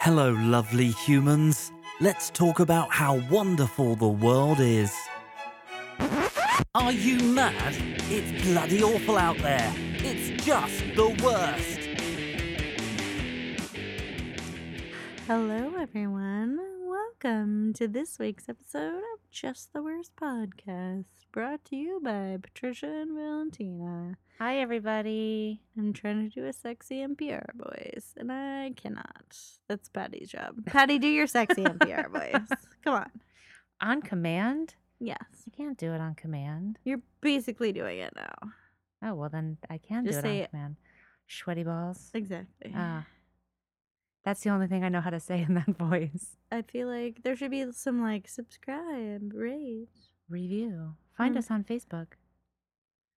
Hello, lovely humans. Let's talk about how wonderful the world is. Are you mad? It's bloody awful out there. It's just the worst. Hello, everyone. Welcome to this week's episode of Just the Worst Podcast, brought to you by Patricia and Valentina. Hi, everybody. I'm trying to do a sexy NPR voice, and I cannot. That's Patty's job. Patty, do your sexy NPR voice. Come on. On command? Yes. I can't do it on command. You're basically doing it now. Oh, well, then I can Just do it say on it. command. Sweaty balls. Exactly. Ah. that's the only thing I know how to say in that voice. I feel like there should be some like subscribe, rate. Review. Find Mm. us on Facebook.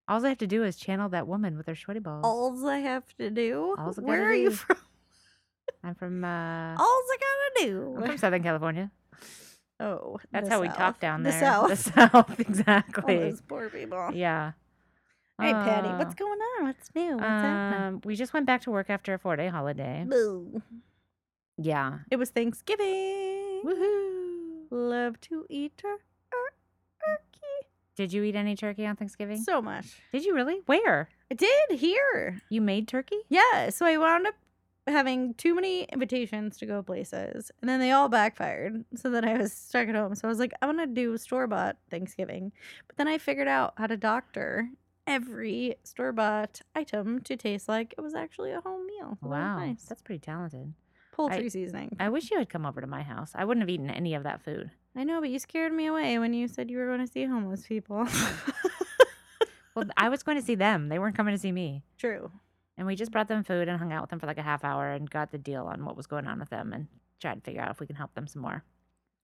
All I have to do is channel that woman with her sweaty balls. Alls I have to do. Alls I gotta Where are you do. from? I'm from uh, Alls I gotta do. I'm from Southern California. Oh, That's the how we talk South. down the there. South. The South, All exactly. those poor people. Yeah. Hey, Patty, Uh, what's going on? What's new? What's happening? um, we just went back to work after a four day holiday. Boo. Yeah. It was Thanksgiving. Woohoo. Love to eat tur- er, turkey Did you eat any turkey on Thanksgiving? so much. Did you really? Where? I did here. You made turkey? Yeah, so I wound up having too many invitations to go places, and then they all backfired. So then I was stuck at home. So I was like, I want to do store bought Thanksgiving, but then I figured out how to doctor every store bought item to taste like it was actually a home meal. So that was Wow. nice. That's pretty talented. poultry seasoning. I, I wish you had come over to my house. I wouldn't have eaten any of that food. know, but you scared me away when you said you were going to see homeless people. Well, th- I was going to see them. They weren't coming to see me. True. And we just brought them food and hung out with them for like a half hour and got the deal on what was going on with them and tried to figure out if we can help them some more.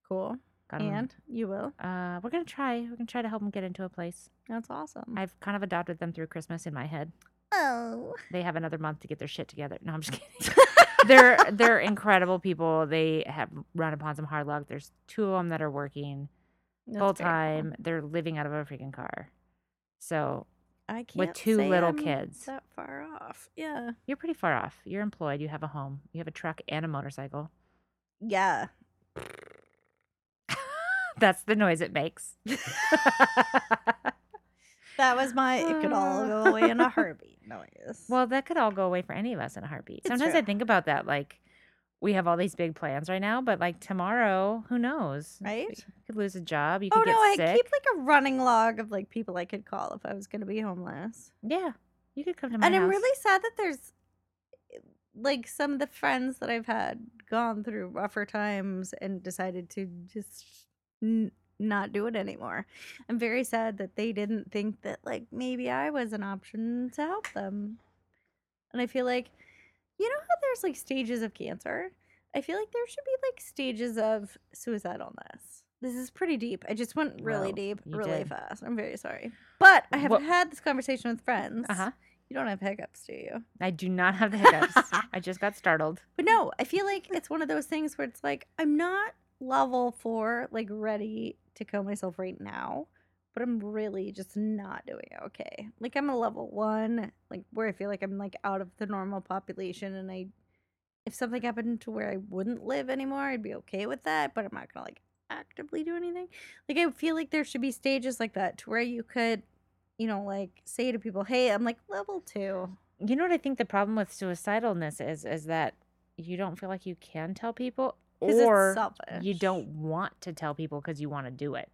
Cool. Got 'em- and you will. Uh, we're going to try. We're going to try to help them get into a place. That's awesome. I've kind of adopted them through Christmas in my head. oh. They have another month to get their shit together. No, I'm just kidding. they're they're incredible people. They have run upon some hard luck. There's two of them that are working That's full very cool. time. They're living out of a freaking car. So I can't with two say little I'm kids, That far off. Yeah. you're pretty far off. You're employed. You have a home. You have a truck and a motorcycle. Yeah. That's the noise it makes. That was my it could all go away in a heartbeat noise. well, that could all go away for any of us in a heartbeat. It's Sometimes I true. think about that. Like we have all these big plans right now, but like tomorrow, who knows? right? You could lose a job. You Oh could no, I get sick. keep like a running log of like people I could call if I was gonna be homeless. Yeah, you could come to my and house. I'm really sad that there's eh, like some of the friends that I've had gone through rougher times and decided to just n- not do it anymore. I'm very sad that they didn't think that like maybe I was an option to help them. And I feel like you know how there's like stages of cancer? I feel like there should be like stages of suicidalness. This is pretty deep. I just went really Well, deep, you really did. fast. I'm very sorry. But I have What- had this conversation with friends. Uh huh. You don't have hiccups, do you? I do not have the hiccups. I just got startled. But no, I feel like it's one of those things where it's like I'm not level four, like ready to kill myself right now, but I'm really just not doing okay. Like I'm a level one, like where I feel like I'm like out of the normal population, and I, if something happened to where I wouldn't live anymore, I'd be okay with that. But I'm not gonna like actively do anything. Like I feel like there should be stages like that to where you could, you know, like say to people, "Hey, I'm like level two. You know what I think the problem with suicidalness is is that you don't feel like you can tell people 'Cause it's or you selfish. don't want to tell people because you want to do it.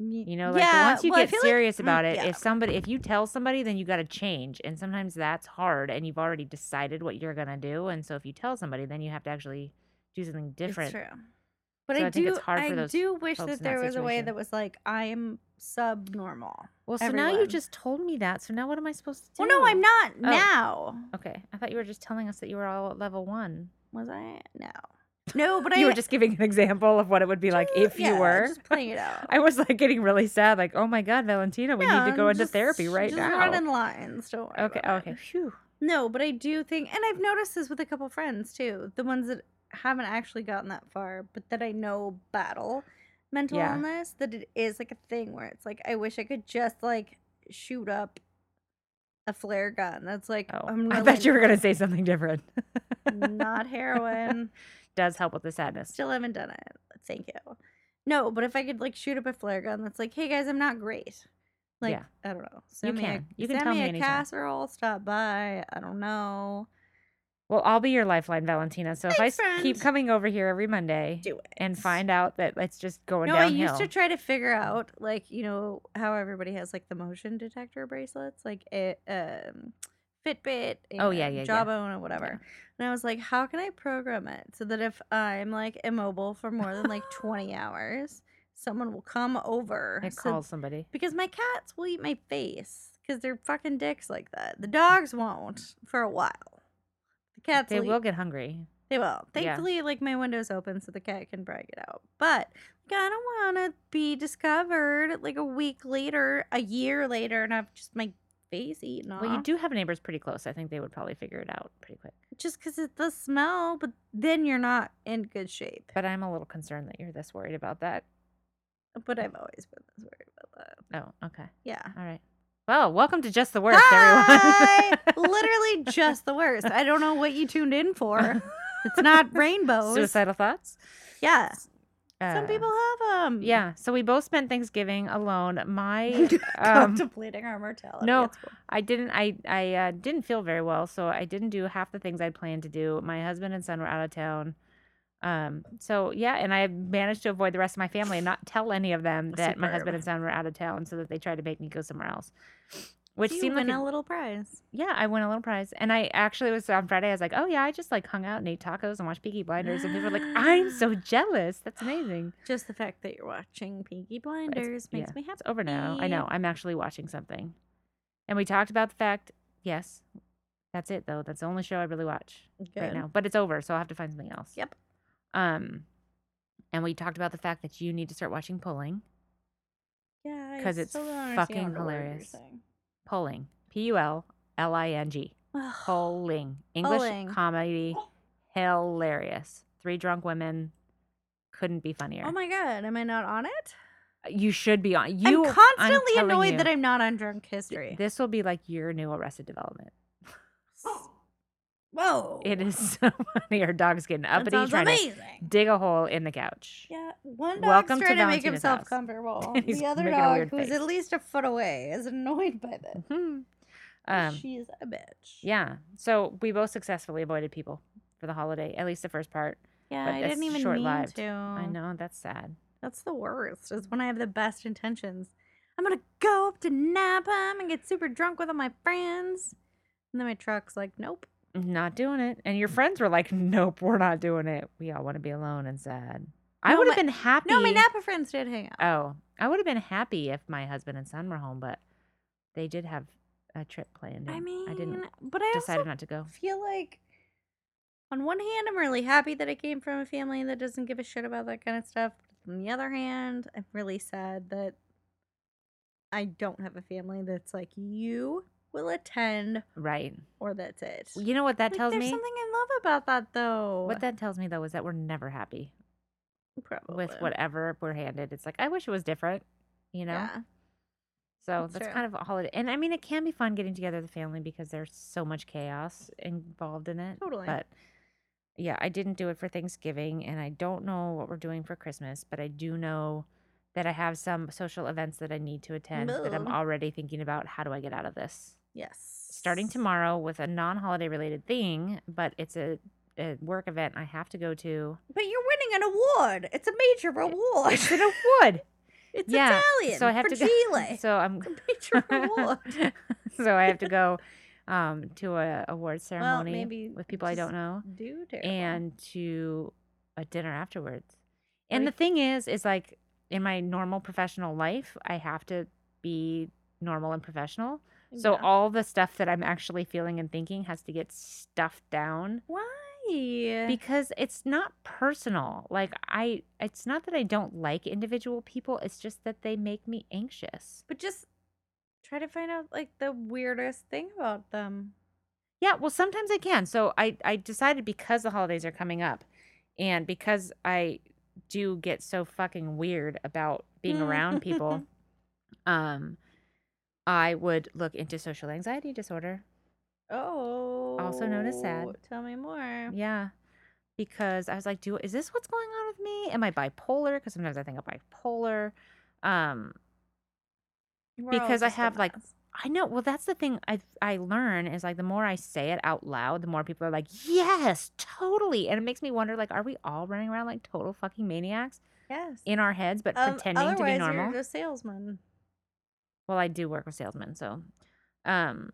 Y- You know, like yeah, but once you well, I get feel like- serious mm, about it, yeah. if somebody if you tell somebody then you got to change and sometimes that's hard and you've already decided what you're going to do and so if you tell somebody then you have to actually do something different. It's true. But So I, I think do it's hard for I those do wish folks that in that there was a way situation. that was like I'm subnormal. Well, so now you Everyone. just told me that. So now what am I supposed to do? Well, no, I'm not Oh. now. Okay. I thought you were just telling us that you were all at level 1. Was I? No. No, but you I were just giving an example of what it would be like if yeah, you were. just playing it out. I was like getting really sad, like, oh my god, Valentina, we need Yeah, to go into just- therapy right just now. Running lines, don't worry. okay, about it. okay. Phew. No, but I do think, and I've noticed this with a couple friends too. The ones that haven't actually gotten that far, but that I know battle mental Yeah. illness, that it is like a thing where it's like, I wish I could just like shoot up a flare gun. That's like Oh, I'm I really thought you were gonna say something different. not heroin. Does help with the sadness. Still haven't done it. Thank you. No, but if I could like shoot up a flare gun, that's like, hey guys, I'm not great. Like Yeah. I don't know. Send me can. a, You can send tell me, me a anytime. casserole. Stop by. I don't know. Well, I'll be your lifeline, Valentina. So Thanks, if I s- keep friend. coming over here every Monday Do it and find out that it's just going No, downhill, I used to try to figure out like you know how everybody has like the motion detector bracelets, like it, um, Fitbit. Oh, yeah, and yeah, yeah. Jawbone or whatever. And I was like, how can I program it so that if I'm like immobile for more than like 20 hours, someone will come over I so- call somebody. because my cats will eat my face because they're fucking dicks like that. The dogs won't for a while. The cats They will eat will get hungry. they will. Yeah. Thankfully, like my window's open so the cat can brag it out. But like, I don't want to be discovered like a week later, a year later, and I've just my face eaten off. Well, you do have neighbors pretty close. I think they would probably figure it out pretty quick. just because it's the smell, but then you're not in good shape. But I'm a little concerned that you're this worried about that. But I've always been this worried about that. Oh, okay. Yeah. All right. Well, welcome to Just the Worst, Hi! everyone. Literally just the worst. I don't know what you tuned in for. It's not rainbows. Suicidal thoughts? Yeah. Some Uh, people have them. Yeah. So we both spent Thanksgiving alone. My um, Contemplating our mortality. no, It's- I didn't. I I uh, didn't feel very well, so I didn't do half the things I planned to do. My husband and son were out of town, um. So yeah, and I managed to avoid the rest of my family and not tell any of them that my Superb. husband and son were out of town, so that they tried to make me go somewhere else. Which you seemed like win a- a little prize. yeah, I won a little prize, and I actually was on Friday. I was like, oh yeah, I just like hung out and ate tacos and watched Peaky Blinders, and people were like, I'm so jealous. That's amazing. Just the fact that you're watching Peaky Blinders makes yeah, me happy. It's over now. I know. I'm actually watching something. And we talked about the fact, yes, that's it though. That's the only show I really watch right Good. now. But it's over, so I'll have to find something else. Yep. Um and we talked about the fact that you need to start watching polling. Yeah, I 'Cause it's still don't understand fucking what word you're hilarious. saying. Polling. P U L L I N G. Ugh. Polling. English Polling. comedy. Hilarious. Three drunk women couldn't be funnier. Oh my god, am I not on it? you should be on. You I'm I'm constantly telling annoyed you. that I'm not on drunk history. Th- This will be like your new Arrested Development. Whoa. It is so funny. Our dog's getting Oh. That up and he's sounds trying to amazing. dig a hole in the couch. Yeah, one dog's Welcome to trying to, make Valentina's himself house. comfortable. And he's The other making a dog, weird who's face. at least a foot away, is annoyed by this. Mhm. 'cause Um, She's a bitch. yeah. So we both successfully avoided people for the holiday, at least the first part. yeah. but I that's didn't even mean short-lived. to. I know that's sad. That's the worst. Is when I have the best intentions. I'm gonna go up to Napa and get super drunk with all my friends, and then my truck's like, "Nope." Not doing it. And your friends were like, "Nope, we're not doing it. We all want to be alone and sad." I No, would have my- been happy. No, my Napa friends did hang out. Oh, I would have been happy if my husband and son were home, but they did have a trip planned. I and mean, I didn't but I also decided not to go. feel like, on one hand, I'm really happy that I came from a family that doesn't give a shit about that kind of stuff. But on the other hand, I'm really sad that I don't have a family that's like you will attend Right. or that's it. You know what that Like, tells there's me? something I love about that though. What that tells me though is that we're never happy Probably. with whatever we're handed. It's like I wish it was different, you know. Yeah. so that's that's true. kind of a holiday, and I mean it can be fun getting together with the family because there's so much chaos involved in it. Totally. But yeah, I didn't do it for Thanksgiving, and I don't know what we're doing for Christmas, but I do know that I have some social events that I need to attend that I'm Boo. already thinking about. How do I get out of this? Yes. starting tomorrow with a non-holiday related thing, but it's a, a work event I have to go to. But you're winning an award. It's a major reward. It's in a wood. It's yeah, Italian. so I have for to go. Chile. So I'm. It's a major reward. so I have to go um, to a award ceremony maybe with people I just don't know, Do terrible. and to a dinner afterwards. And Right. the thing is, is like in my normal professional life, I have to be normal and professional. So Yeah. all the stuff that I'm actually feeling and thinking has to get stuffed down why? because it's not personal like i it's not that i don't like individual people it's just that they make me anxious but just try to find out like the weirdest thing about them. yeah well sometimes i can so i i decided because the holidays are coming up and because i do get so fucking weird about being around people um I would look into social anxiety disorder. Oh. known as sad. Tell me more. Yeah. Because I was like, do is this what's going on with me? Am I bipolar? Because sometimes I think I'm bipolar. Um, We're all because I just a have, like, mess. I know. Well, that's the thing I I learn is like the more I say it out loud, the more people are like, "Yes, totally." And it makes me wonder like are we all running around like total fucking maniacs Yes. in our heads but Um, pretending to be otherwise normal? You're a salesman. Well, I do work with salesmen, so um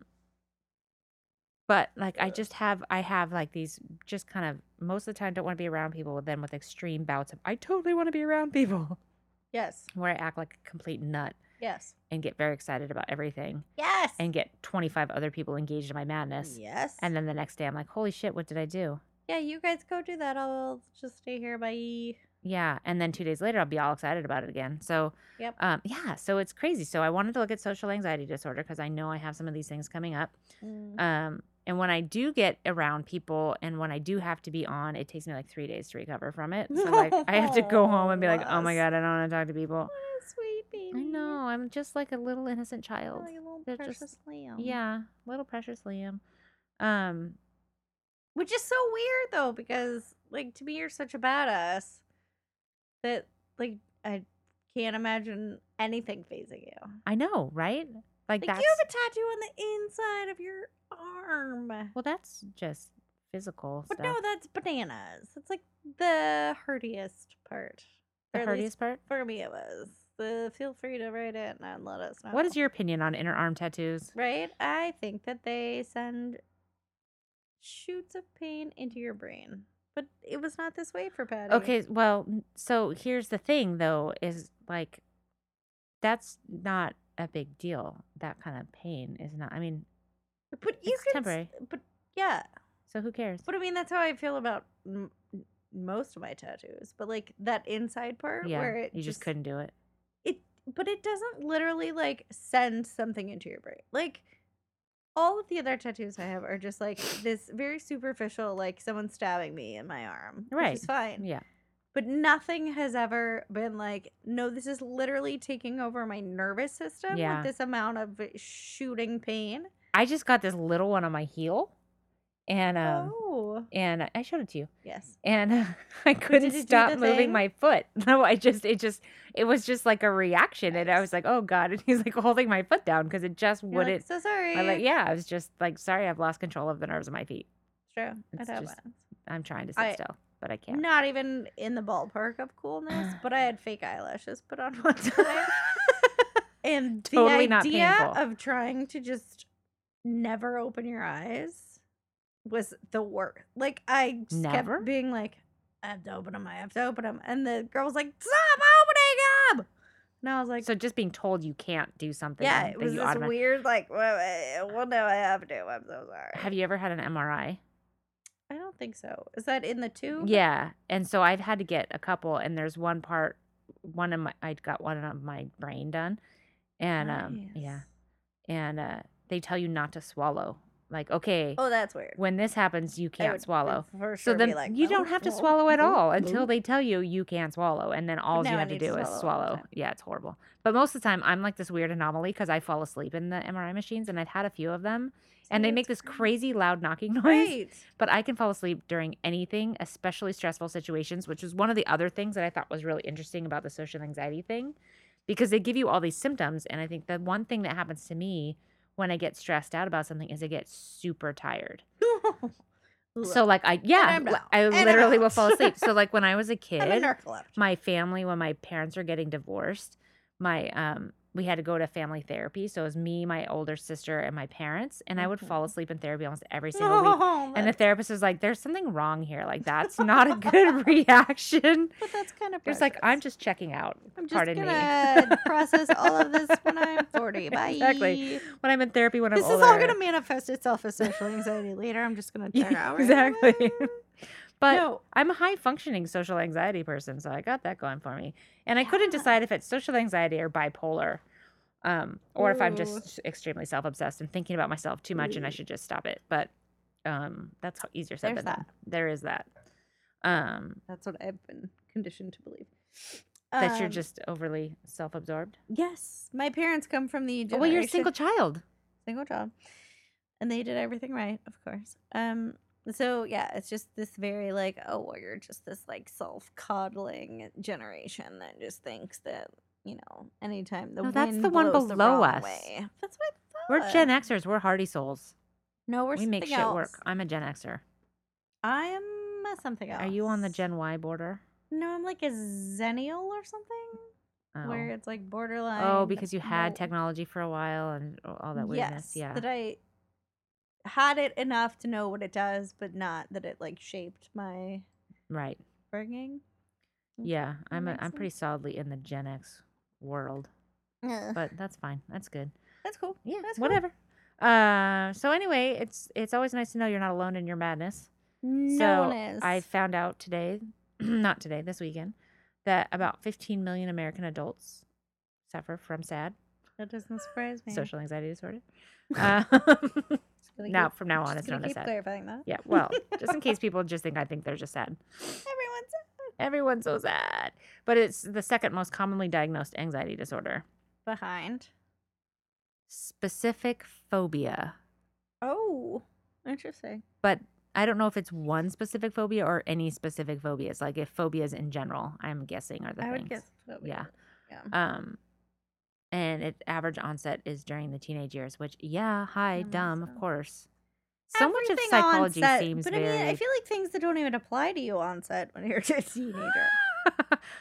but like I just have I have like these just kind of most of the time don't want to be around people with them with extreme bouts of I totally want to be around people Yes. where I act like a complete nut Yes. and get very excited about everything Yes. and get 25 other people engaged in my madness. yes. And then the next day, I'm like, holy shit, what did I do? yeah, you guys go do that. I'll just stay here. Bye. Yeah. And then two days later, I'll be all excited about it again. So, Yep. um, yeah. So it's crazy. So I wanted to look at social anxiety disorder because I know I have some of these things coming up. Mm. Um, and when I do get around people and when I do have to be on, it takes me like three days to recover from it. So, like, I have to go home and be like, oh my Aw, God, I don't want to talk to people. What a sweet baby. I know. I'm just like a little innocent Oh, child. you little They're precious just- lamb. Yeah. Little precious Liam. Um, Which is so weird though, because like to me you're such a badass that like I can't imagine anything phasing you. I know, right? Like, Like that's. you have a tattoo on the inside of your arm. well, that's just physical But stuff. no, that's bananas. It's like the hardiest part. the or at least hardiest part. for me it was. The feel free to write it and let us know. What is your opinion on inner arm tattoos? right? I think that they send shoots of pain into your brain. But it was not this way for Patty. Okay, well, n- so here's the thing though is like that's not a big deal. That kind of pain is not. I mean, But you It's can s- temporary. But yeah, so who cares? but I mean that's how I feel about m- m- most of my tattoos. But like that inside part yeah, where it you just, couldn't do it. It, but it doesn't literally like send something into your brain. Like all of the other tattoos I have are just like this very superficial, like someone stabbing me in my arm, Right. Which is fine. Yeah, But nothing has ever been like, no, this is literally taking over my nervous system Yeah. with this amount of uh, shooting pain. I just got this little one on my heel, and um, oh, and I showed it to you, yes. and I couldn't did you do the stop moving thing? my foot. No, I just it just it was just like a reaction, and I Nice. was like, oh god, and he's like holding my foot down because it just You're like, wouldn't. so sorry. I like, yeah, I was just like, sorry, I've lost control of the nerves of my feet. True. It's It happens. just- I'm trying to sit I- still, but I can't. Not even in the ballpark of coolness, but I had fake eyelashes put on one time. and Totally the not idea painful. of trying to just never open your eyes was the worst. Like I just Never? kept being like, I have to open them. I have to open them. And the girl was like, Stop opening them. And I was like, so just being told you can't do something. Yeah, it that was you this automat- weird like. Well, eh, well, no, I have to. I'm so sorry. Have you ever had an MRI? I don't think so. Is that in the tube? Yeah, and so I've had to get a couple, and there's one part, one of my, I got one of my brain done, and um, yeah, Nice. and uh, they tell you not to swallow. Like, okay, Oh, that's weird. when this happens, you I can't would swallow. For So sure then be like, "Oh, you "Nope, don't have to nope, swallow at nope, all nope." until they tell you you can swallow, and then all you oh." now I have to need to do swallow is all the swallow. time. Yeah, it's horrible. But most of the time, I'm like this weird anomaly because I fall asleep in the MRI machines, and I've had a few of them, and See, they oh, that's make this great. crazy loud knocking noise. Great. But I can fall asleep during anything, especially stressful situations, which was one of the other things that I thought was really interesting about the social anxiety thing, because they give you all these symptoms, and I think the one thing that happens to me when I get stressed out about something is I get super tired. So like I yeah, I'm li- out. I And I'm literally will out. fall asleep. So like when I was a I'm a kid, narcoleptic. my family when my parents were getting divorced, my um we had to go to family therapy. So it was me, my older sister, and my parents, and I would fall Mhm. asleep in therapy almost every single week. Oh, And the therapist was like, "There's something wrong here. Like that's not a good reaction." but that's kind of It's like I'm just checking out. I'm just pardon me. gonna process all of this when I'm 40. Bye. Exactly. When I'm in therapy, when I'm This older, is all gonna manifest itself as social anxiety later. I'm just gonna Yeah, check out. exactly. but no, I'm a high functioning social anxiety person, so I got that going for me. And I couldn't Yeah. decide if it's social anxiety or bipolar, um, or if I'm Ooh. just s- extremely self obsessed and thinking about myself too much and I should just stop it. But um, that's ho- easier said There's than done. There is that. Um, that's what I've been conditioned to believe. that you're Um, just overly self-absorbed. Yes, my parents come from the generation. Well, you're a single child. single job and they did everything right of course um so yeah it's just this very like oh well you're just this like self-coddling generation that just thinks that you know anytime the No, that's wind the one blows below wrong us. way. that's what I We're Gen thought. Xers. We're hardy souls. no uh, we're we make something shit else. work. I'm a Gen Xer. i'm a something else Are you on the Gen Y border? no i'm like a zennial or something Oh. where it's like borderline Oh, because you had no- technology for a while and a- all that yes, weirdness. yeah. that i had it enough to know what it does but not that it like shaped my right. upbringing. Mm. Yeah. I'm a, makes I'm pretty solidly in the Gen X world, but that's fine. That's good. That's cool. Yeah. That's cool. whatever. Uh so anyway, it's it's always nice to know you're not alone in your madness. No so one is. I found out today, not today, this weekend, that about 15 million American adults suffer from SAD, that doesn't surprise me. social anxiety disorder. Um, Just gonna now, keep- from now just on, it's gonna known as keep SAD. clarifying that. Yeah, well, just in case people just think I think they're just sad. Everyone's. Everyone's so sad. But it's the second most commonly diagnosed anxiety disorder. Behind. Specific phobia. Oh, interesting. But I don't know if it's one specific phobia or any specific phobias. Like if phobias in general, I'm guessing are the I things. would guess. Phobia. Yeah. Yeah. Um and its average onset is during the teenage years, which yeah, hi, That makes dumb, of sense. course. So much of Mm, Everything psychology onset, seems But I very mean, I feel like things that don't even apply to you onset when you're a teenager.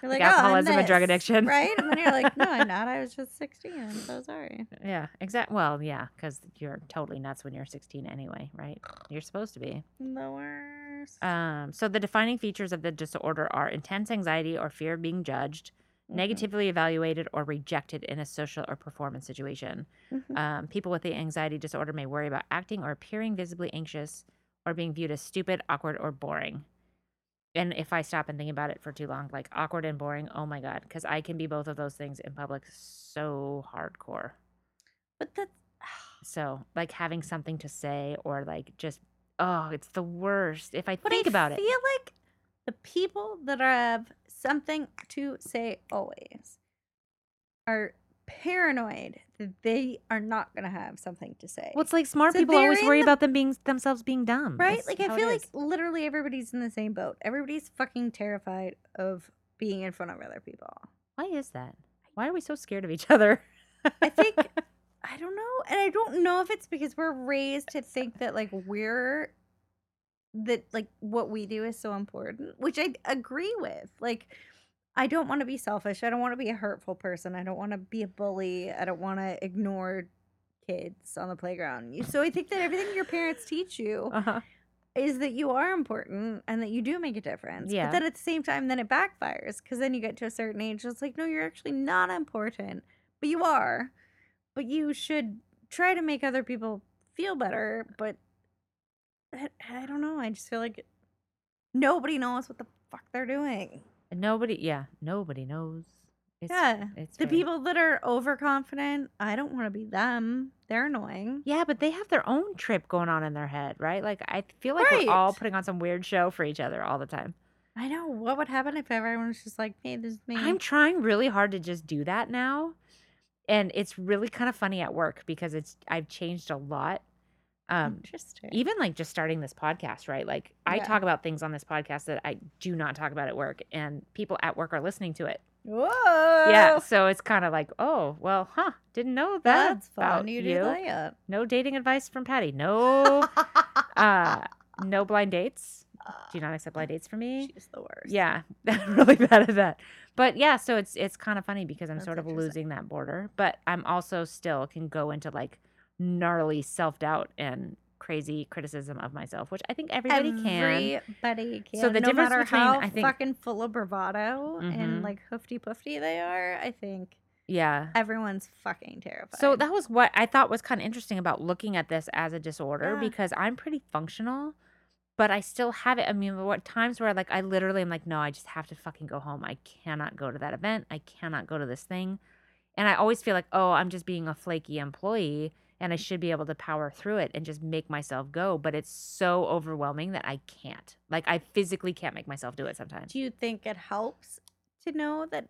You're Like "Oh, I'm alcoholism and drug this," addiction. right? And then you're like, no, I'm not. I was just 16. I'm so sorry. Yeah, exact. Well, yeah, because you're totally nuts when you're 16 anyway, right? You're supposed to be. The worst. Um, so the defining features of the disorder are intense anxiety or fear of being judged, Mhm. negatively evaluated or rejected in a social or performance situation. Mhm. Um, people with the anxiety disorder may worry about acting or appearing visibly anxious or being viewed as stupid, awkward, or boring. And if I stop and think about it for too long, like awkward and boring, oh my God, because I can be both of those things in public so hardcore. But that's. So, like having something to say or like just oh, it's the worst. If I But think I about feel it. like the people that have something to say always are paranoid that they are not going to have something to say. Well, it's like smart So people they're always in worry the- about them being themselves being dumb. right? That's Like I how it feel like is. literally everybody's in the same boat. Everybody's fucking terrified of being in front of other people. why is that? Why are we so scared of each other? I think I don't know, and I don't know if it's because we're raised to think that like we're that like what we do is so important, which I agree with. Like I don't want to be selfish. I don't want to be a hurtful person. I don't want to be a bully. I don't want to ignore kids on the playground. You- So I think that everything your parents teach you Uh-huh. is that you are important and that you do make a difference. Yeah. But then at the same time, then it backfires because then you get to a certain age, it's like, no, you're actually not important, but you are. But you should try to make other people feel better. But I, I don't know. I just feel like nobody knows what the fuck they're doing. And nobody, yeah, nobody knows. It's, yeah. it's The very- people that are overconfident, I don't want to be them. They're annoying. Yeah, but they have their own trip going on in their head, right? Like I feel like we're all Right. putting on some weird show for each other all the time. I know. What would happen if everyone was just like, hey, this is me? I'm trying really hard to just do that now. And it's really kind of funny at work because it's I've changed a lot. Oh, Um Interesting. even like just starting this podcast, right? Like I Yeah. talk about things on this podcast that I do not talk about at work and people at work are listening to it. Whoa. Yeah, so it's kind of like, "Oh, well, huh, didn't know that." That's fun. about You do that. No dating advice from Patty. No uh no blind dates. Do you not accept blind dates for me? She's the worst. Yeah, I'm really bad at that. But yeah, so it's it's kind of funny because I'm That's sort of interesting. losing that border, but I'm also still can go into like gnarly self doubt and crazy criticism of myself, which I think everybody can. Everybody can. So the no difference matter between, how I think- fucking full of bravado Mhm. and like hoofty poofty they are, I think Yeah. everyone's fucking terrified. So that was what I thought was kind of interesting about looking at this as a disorder Yeah. because I'm pretty functional, but I still have it. I mean, there were times where like I literally am like, no, I just have to fucking go home. I cannot go to that event. I cannot go to this thing. And I always feel like, oh, I'm just being a flaky employee and I should be able to power through it and just make myself go. But it's so overwhelming that I can't. Like I physically can't make myself do it sometimes. do you think it helps to know that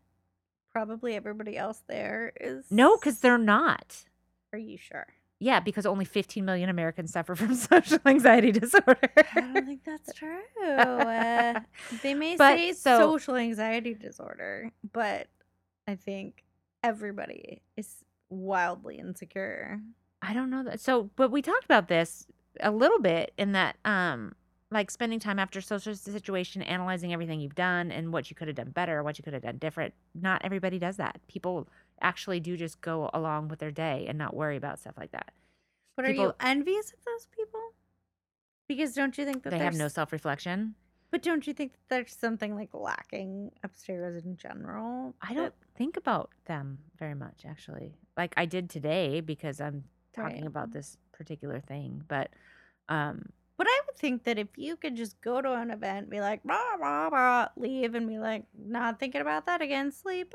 probably everybody else there is. No, because they're not. Are you sure? Yeah, because only 15 million Americans suffer from social anxiety disorder. I don't think that's true. Uh, they may But, say so- social anxiety disorder, but I think everybody is wildly insecure. I don't know that. So, but we talked about this a little bit in that, um, like spending time after social situation, analyzing everything you've done and what you could have done better, what you could have done different. Not everybody does that. People actually do just go along with their day and not worry about stuff like that But are you People- envious of those people? Because don't you think that they have no there's- self reflection. But don't you think that there's something like lacking upstairs in general? I that- don't think about them very much, actually. Like I did today because I'm talking Right. about this particular thing, but um, But I would think that if you could just go to an event, be like, rah, rah, rah, leave, and be like, not thinking about that again, sleep,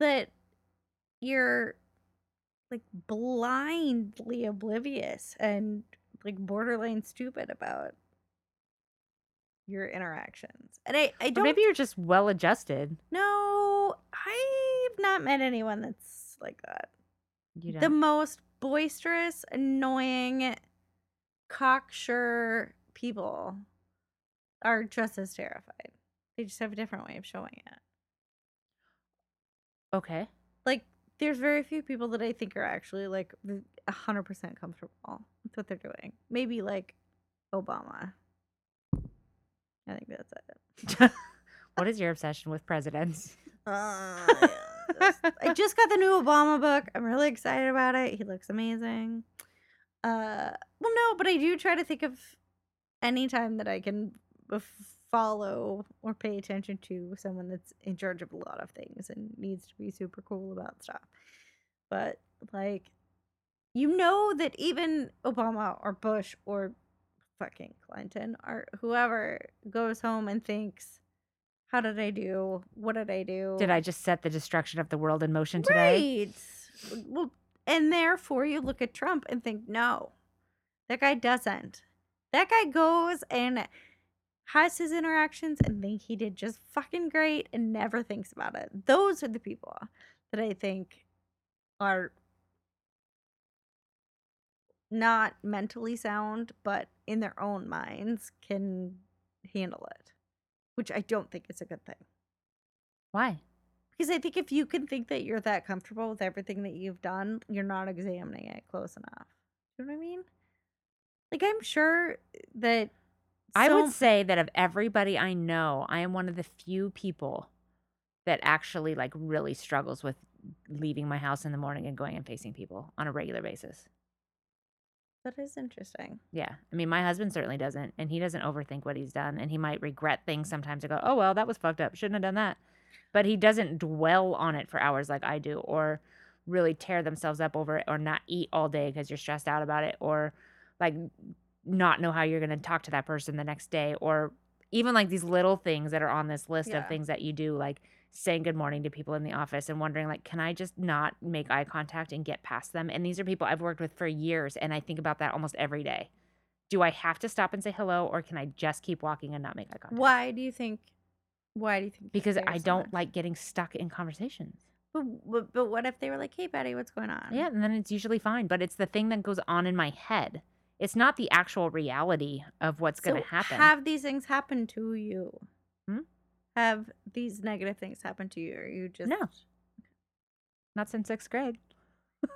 that you're like blindly oblivious and like borderline stupid about your interactions. And I, I or don't maybe you're just well adjusted. know. I've not met anyone that's like that. You the don't. most boisterous, annoying, cocksure people are just as terrified. They just have a different way of showing it. okay. Like, there's very few people that I think are actually like th- 100% comfortable with what they're doing. Maybe like Obama. I think that's it. what is your obsession with presidents? Ah, I just got the new Obama book. I'm really excited about it. He looks amazing. Uh, well, no, but I do try to think of any time that I can f- follow or pay attention to someone that's in charge of a lot of things and needs to be super cool about stuff. But like, you know that even Obama or Bush or fucking Clinton or whoever goes home and thinks, "How did I do? What did I do? Did I just set the destruction of the world in motion today? oh. Right. Well, and therefore you look at Trump and think, no, that guy doesn't. That guy goes and has his interactions and think he did just fucking great and never thinks about it. Those are the people that I think are not mentally sound, but in their own minds can handle it, which I don't think is a good thing. Why? Because I think if you can think that you're that comfortable with everything that you've done, you're not examining it close enough. You know what I mean? Like I'm sure that I would some- say that of everybody I know, I am one of the few people that actually like really struggles with leaving my house in the morning and going and facing people on a regular basis. that is interesting. Yeah. I mean, my husband certainly doesn't, and he doesn't overthink what he's done, and he might regret things sometimes and go, oh, well, that was fucked up. Shouldn't have done that. But he doesn't dwell on it for hours like I do, or really tear themselves up over it, or not eat all day because you're stressed out about it, or like not know how you're going to talk to that person the next day, or even like these little things that are on this list Yeah. of things that you do, like saying good morning to people in the office and wondering like can i just not make eye contact and get past them and these are people i've worked with for years and i think about that almost every day do i have to stop and say hello or can i just keep walking and not make eye contact Why do you think? Why do you think? because they are i so don't much- like getting stuck in conversations But, but but what if they were like, "Hey, Betty, what's going on?" yeah and then it's usually fine but it's the thing that goes on in my head it's not the actual reality of what's going to So happen Have these things happen to you? Hmm? Have these negative things happen to you? Or you just No. not since sixth grade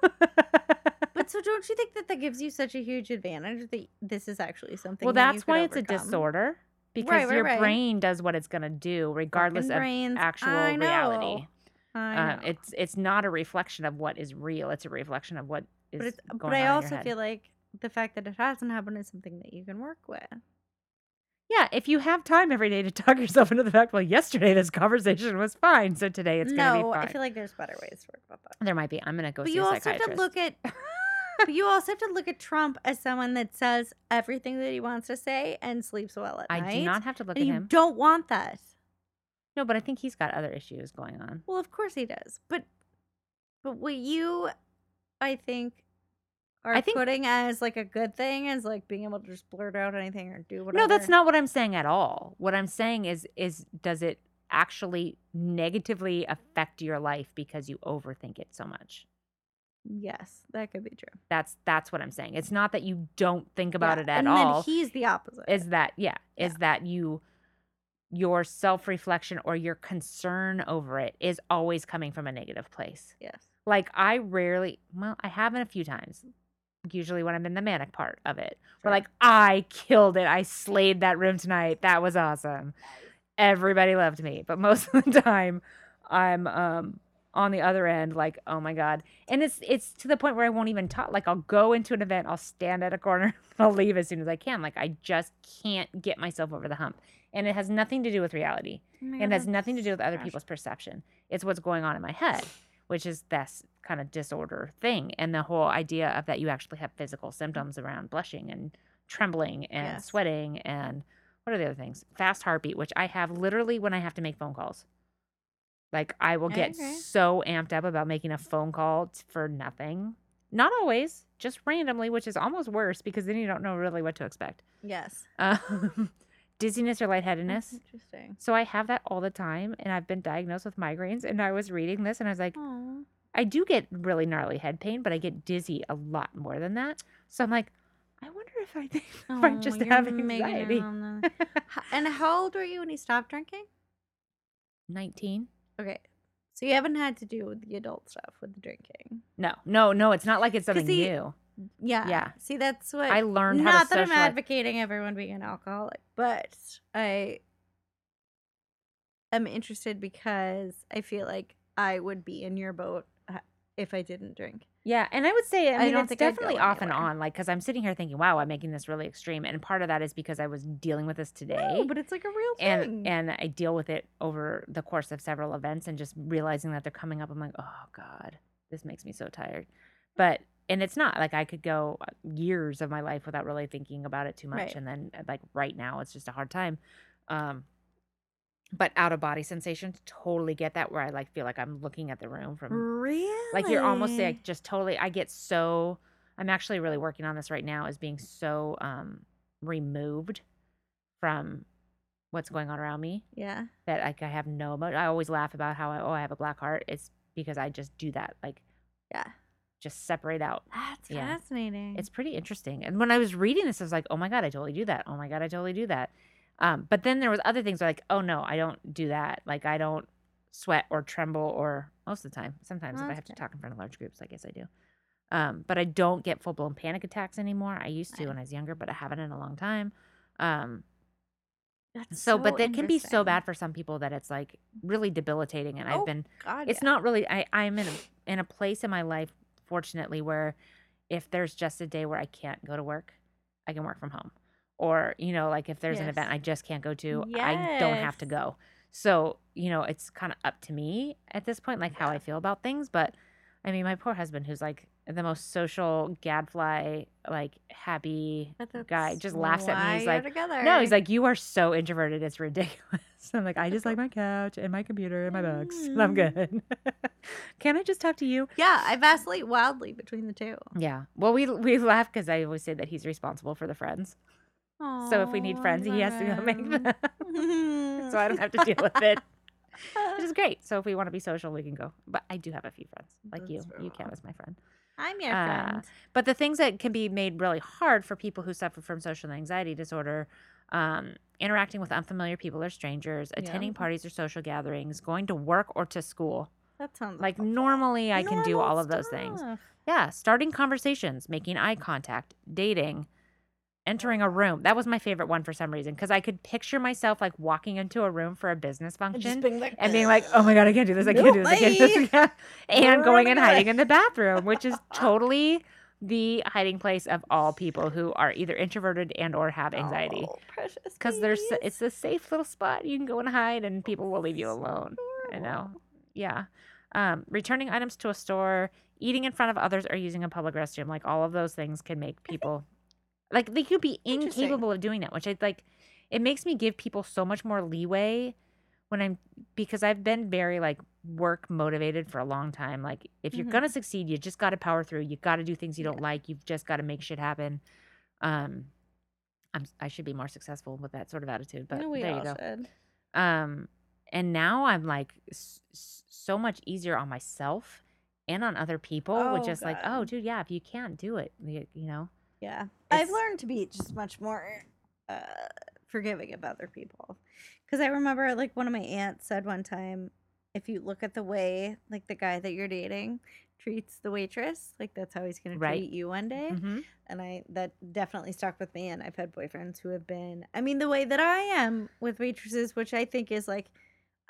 But so don't you think that that gives you such a huge advantage that this is actually something? well that you that's could why it's a overcome? disorder because right, your right. brain does what it's going to do regardless Fucking of brains. actual I know. reality. I Um, know. it's it's not a reflection of what is real. It's a reflection of what is but it's, going but on. I in also your head. feel like the fact that it hasn't happened is something that you can work with. yeah. If you have time every day to talk yourself into the fact, well, yesterday this conversation was fine, so today it's gonna no, be I fine. feel like there's better ways to work about that. there might be. I'm gonna go but see you a also have to psychiatrist. look at. but you also have to look at Trump as someone that says everything that he wants to say and sleeps well at I night. do not have to look and at you him. don't want that. No, but I think he's got other issues going on. Well, of course he does. But but what you I think are I think- putting as like a good thing is like being able to just blurt out anything or do whatever. No, that's not what I'm saying at all. What I'm saying is is does it actually negatively affect your life because you overthink it so much. Yes, that could be true. That's that's what I'm saying. It's not that you don't think about Yeah, it at and all. then he's the opposite. is that yeah, is that you your self-reflection or your concern over it is always coming from a negative place. yes. Like I rarely, well, I haven't a few times. Usually when I'm in the manic part of it, we're like, I killed it. I slayed that room tonight. That was awesome. Everybody loved me. But most of the time, I'm um on the other end, like, oh my god. And it's it's to the point where I won't even talk. Like I'll go into an event, I'll stand at a corner, I'll leave as soon as I can. Like I just can't get myself over the hump. And it has nothing to do with reality. Oh And it Mm-hmm. has nothing to do with other people's perception. It's what's going on in my head, which is this kind of disorder thing. And the whole idea of that you actually have physical symptoms around blushing and trembling and Yes. sweating and what are the other things? Fast heartbeat, which I have literally when I have to make phone calls. Like I will get Okay. so amped up about making a phone call t- for nothing. Not always, just randomly, which is almost worse because then you don't know really what to expect. Yes. Um, dizziness or That's lightheadedness. Interesting. So I have that all the time, and I've been diagnosed with migraines. And I was reading this, and I was like, Aw. I do get really gnarly head pain, but I get dizzy a lot more than that. So I'm like, I wonder if I think if I Aw, just you're have making out anxiety. on the- H- and how old were you when you stopped drinking? Nineteen? Okay. So you haven't had to do with the adult stuff with the drinking. No, no, no. It's not like it's something see, new. Yeah. Yeah. See, that's what I learned how to Not that I'm socialize. advocating everyone being an alcoholic, but I am interested because I feel like I would be in your boat uh, if I didn't drink. Yeah, and I would say I I mean don't it's think I'd go definitely off and anywhere. on, like because I'm sitting here thinking, wow, I'm making this really extreme, and part of that is because I was dealing with this today, No, but it's like a real and thing. and I deal with it over the course of several events, and just realizing that they're coming up, I'm like, oh god, this makes me so tired, but and it's not like I could go uh, years of my life without really thinking about it too much, Right. and then uh, like right now it's just a hard time, um, but out of body sensations, totally get that where I like feel like I'm looking at the room from really, like you're almost like just totally i get so i'm actually really working on this right now is being so um removed from what's going on around me yeah, that like i have no emotion i always laugh about how I, oh i have a black heart it's because i just do that like yeah. just separate out That's Yeah. fascinating. it's pretty interesting and when i was reading this i was like oh my god i totally do that oh my god i totally do that um, but then there was other things like oh no i don't do that like i don't sweat or tremble or most of the time sometimes if i have to Okay. talk in front of large groups i guess i do um, but i don't get full-blown panic attacks anymore i used to when i was younger but i haven't in a long time um, That's so, but that can be so interesting. bad for some people that it's like really debilitating and Oh, i've been God, it's yeah. not really I, i'm in a, in a place in my life fortunately where if there's just a day where i can't go to work i can work from home or you know like if there's an event Yes. i just can't go to i don't have to Yes. go so you know it's kind of up to me at this point like how i feel about things but i mean my poor husband who's like the most social gadfly like happy But guy that's just laughs at me why he's you're like together. no, he's like, you are so introverted. It's ridiculous. I'm like, I just Okay. like my couch and my computer and my books. and I'm good. Mm. Can I just talk to you? yeah, I vacillate wildly between the two. Yeah. Well, we we laugh because I always say that he's responsible for the friends. so if we need Aw, friends, he has to go make Lauren. them. so I don't have to deal with it, which is great. So if we want to be social, we can go. But I do have a few friends like That's you. very You well. can't as my friend. I'm your Uh, friend. But the things that can be made really hard for people who suffer from social anxiety disorder, um, interacting with unfamiliar people or strangers, Yeah. attending parties or social gatherings, going to work or to school. That sounds Like awful. normally I can do Normal all of those things. stuff. Yeah, starting conversations, making eye contact, dating, entering a room. That was my favorite one for some reason because I could picture myself like walking into a room for a business And function just being like, and being like, "Oh my god, I can't do this! I can't do this! I can't do this!" and going and hiding in the bathroom, which is totally the hiding place of all people who are either introverted and or have anxiety "Oh, precious, because there's babies." it's a safe little spot you can go and hide and people will leave you alone. I know. Yeah. Um, returning items to a store, eating in front of others, or using a public restroom, like all of those things can make people like they could be Interesting. incapable of doing that, which I like it makes me give people so much more leeway when I'm because I've been very like work motivated for a long time. Like if you're Mhm. gonna succeed, you just gotta power through. You gotta do things you don't like. You've just gotta make shit happen. Um I'm I should be more successful with that sort of attitude, but No, we there you all go should. um And now I'm like s- s- so much easier on myself and on other people with Oh, just like, oh, God. dude, yeah, if you can't do it, you, you know, Yeah. I've It's- learned to be just much more uh, forgiving of other people. Because I remember, like, one of my aunts said one time if you look at the way, like, the guy that you're dating treats the waitress, like, that's how he's going Right. to treat you one day. Mhm. And I, that definitely stuck with me. And I've had boyfriends who have been, I mean, the way that I am with waitresses, which I think is like,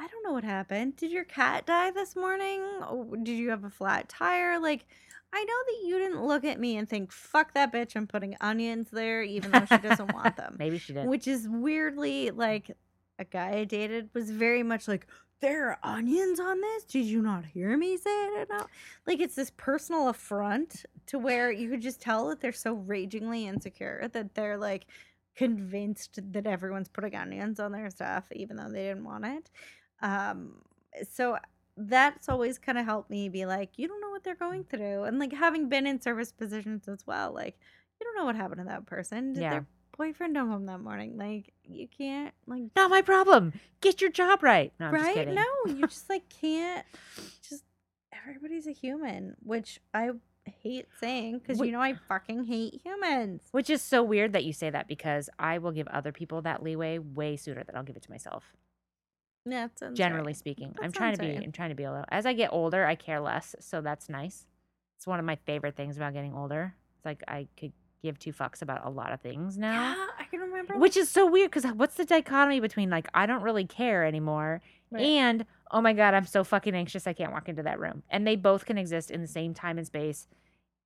I don't know what happened. Did your cat die this morning? Oh, Did you have a flat tire? Like, I know that you didn't look at me and think, fuck that bitch, I'm putting onions there, even though she doesn't want them. maybe she didn't. Which is weirdly like a guy I dated was very much like, there are onions on this. Did you not hear me say it? And all- Like, it's this personal affront to where you could just tell that they're so ragingly insecure that they're like convinced that everyone's putting onions on their stuff, even though they didn't want it. Um, so that's always kind of helped me be like, you don't know what they're going through. And like, having been in service positions as well, like, you don't know what happened to that person. Did Yeah. their boyfriend come home that morning? Like, you can't, like, Not my problem. Get your job right. No, I'm just right? kidding. No, you just like can't. Just everybody's a human, which I hate saying because Wait. you know I fucking hate humans. Which is so weird that you say that because I will give other people that leeway way sooner than I'll give it to myself. Yeah, that sounds right. generally speaking, That I'm trying to sounds be. right. I'm trying to be a little. As I get older, I care less, so that's nice. It's one of my favorite things about getting older. It's like I could give two fucks about a lot of things now, Yeah, I can remember. which is so weird because what's the dichotomy between like I don't really care anymore Right. and oh my god, I'm so fucking anxious I can't walk into that room, and they both can exist in the same time and space.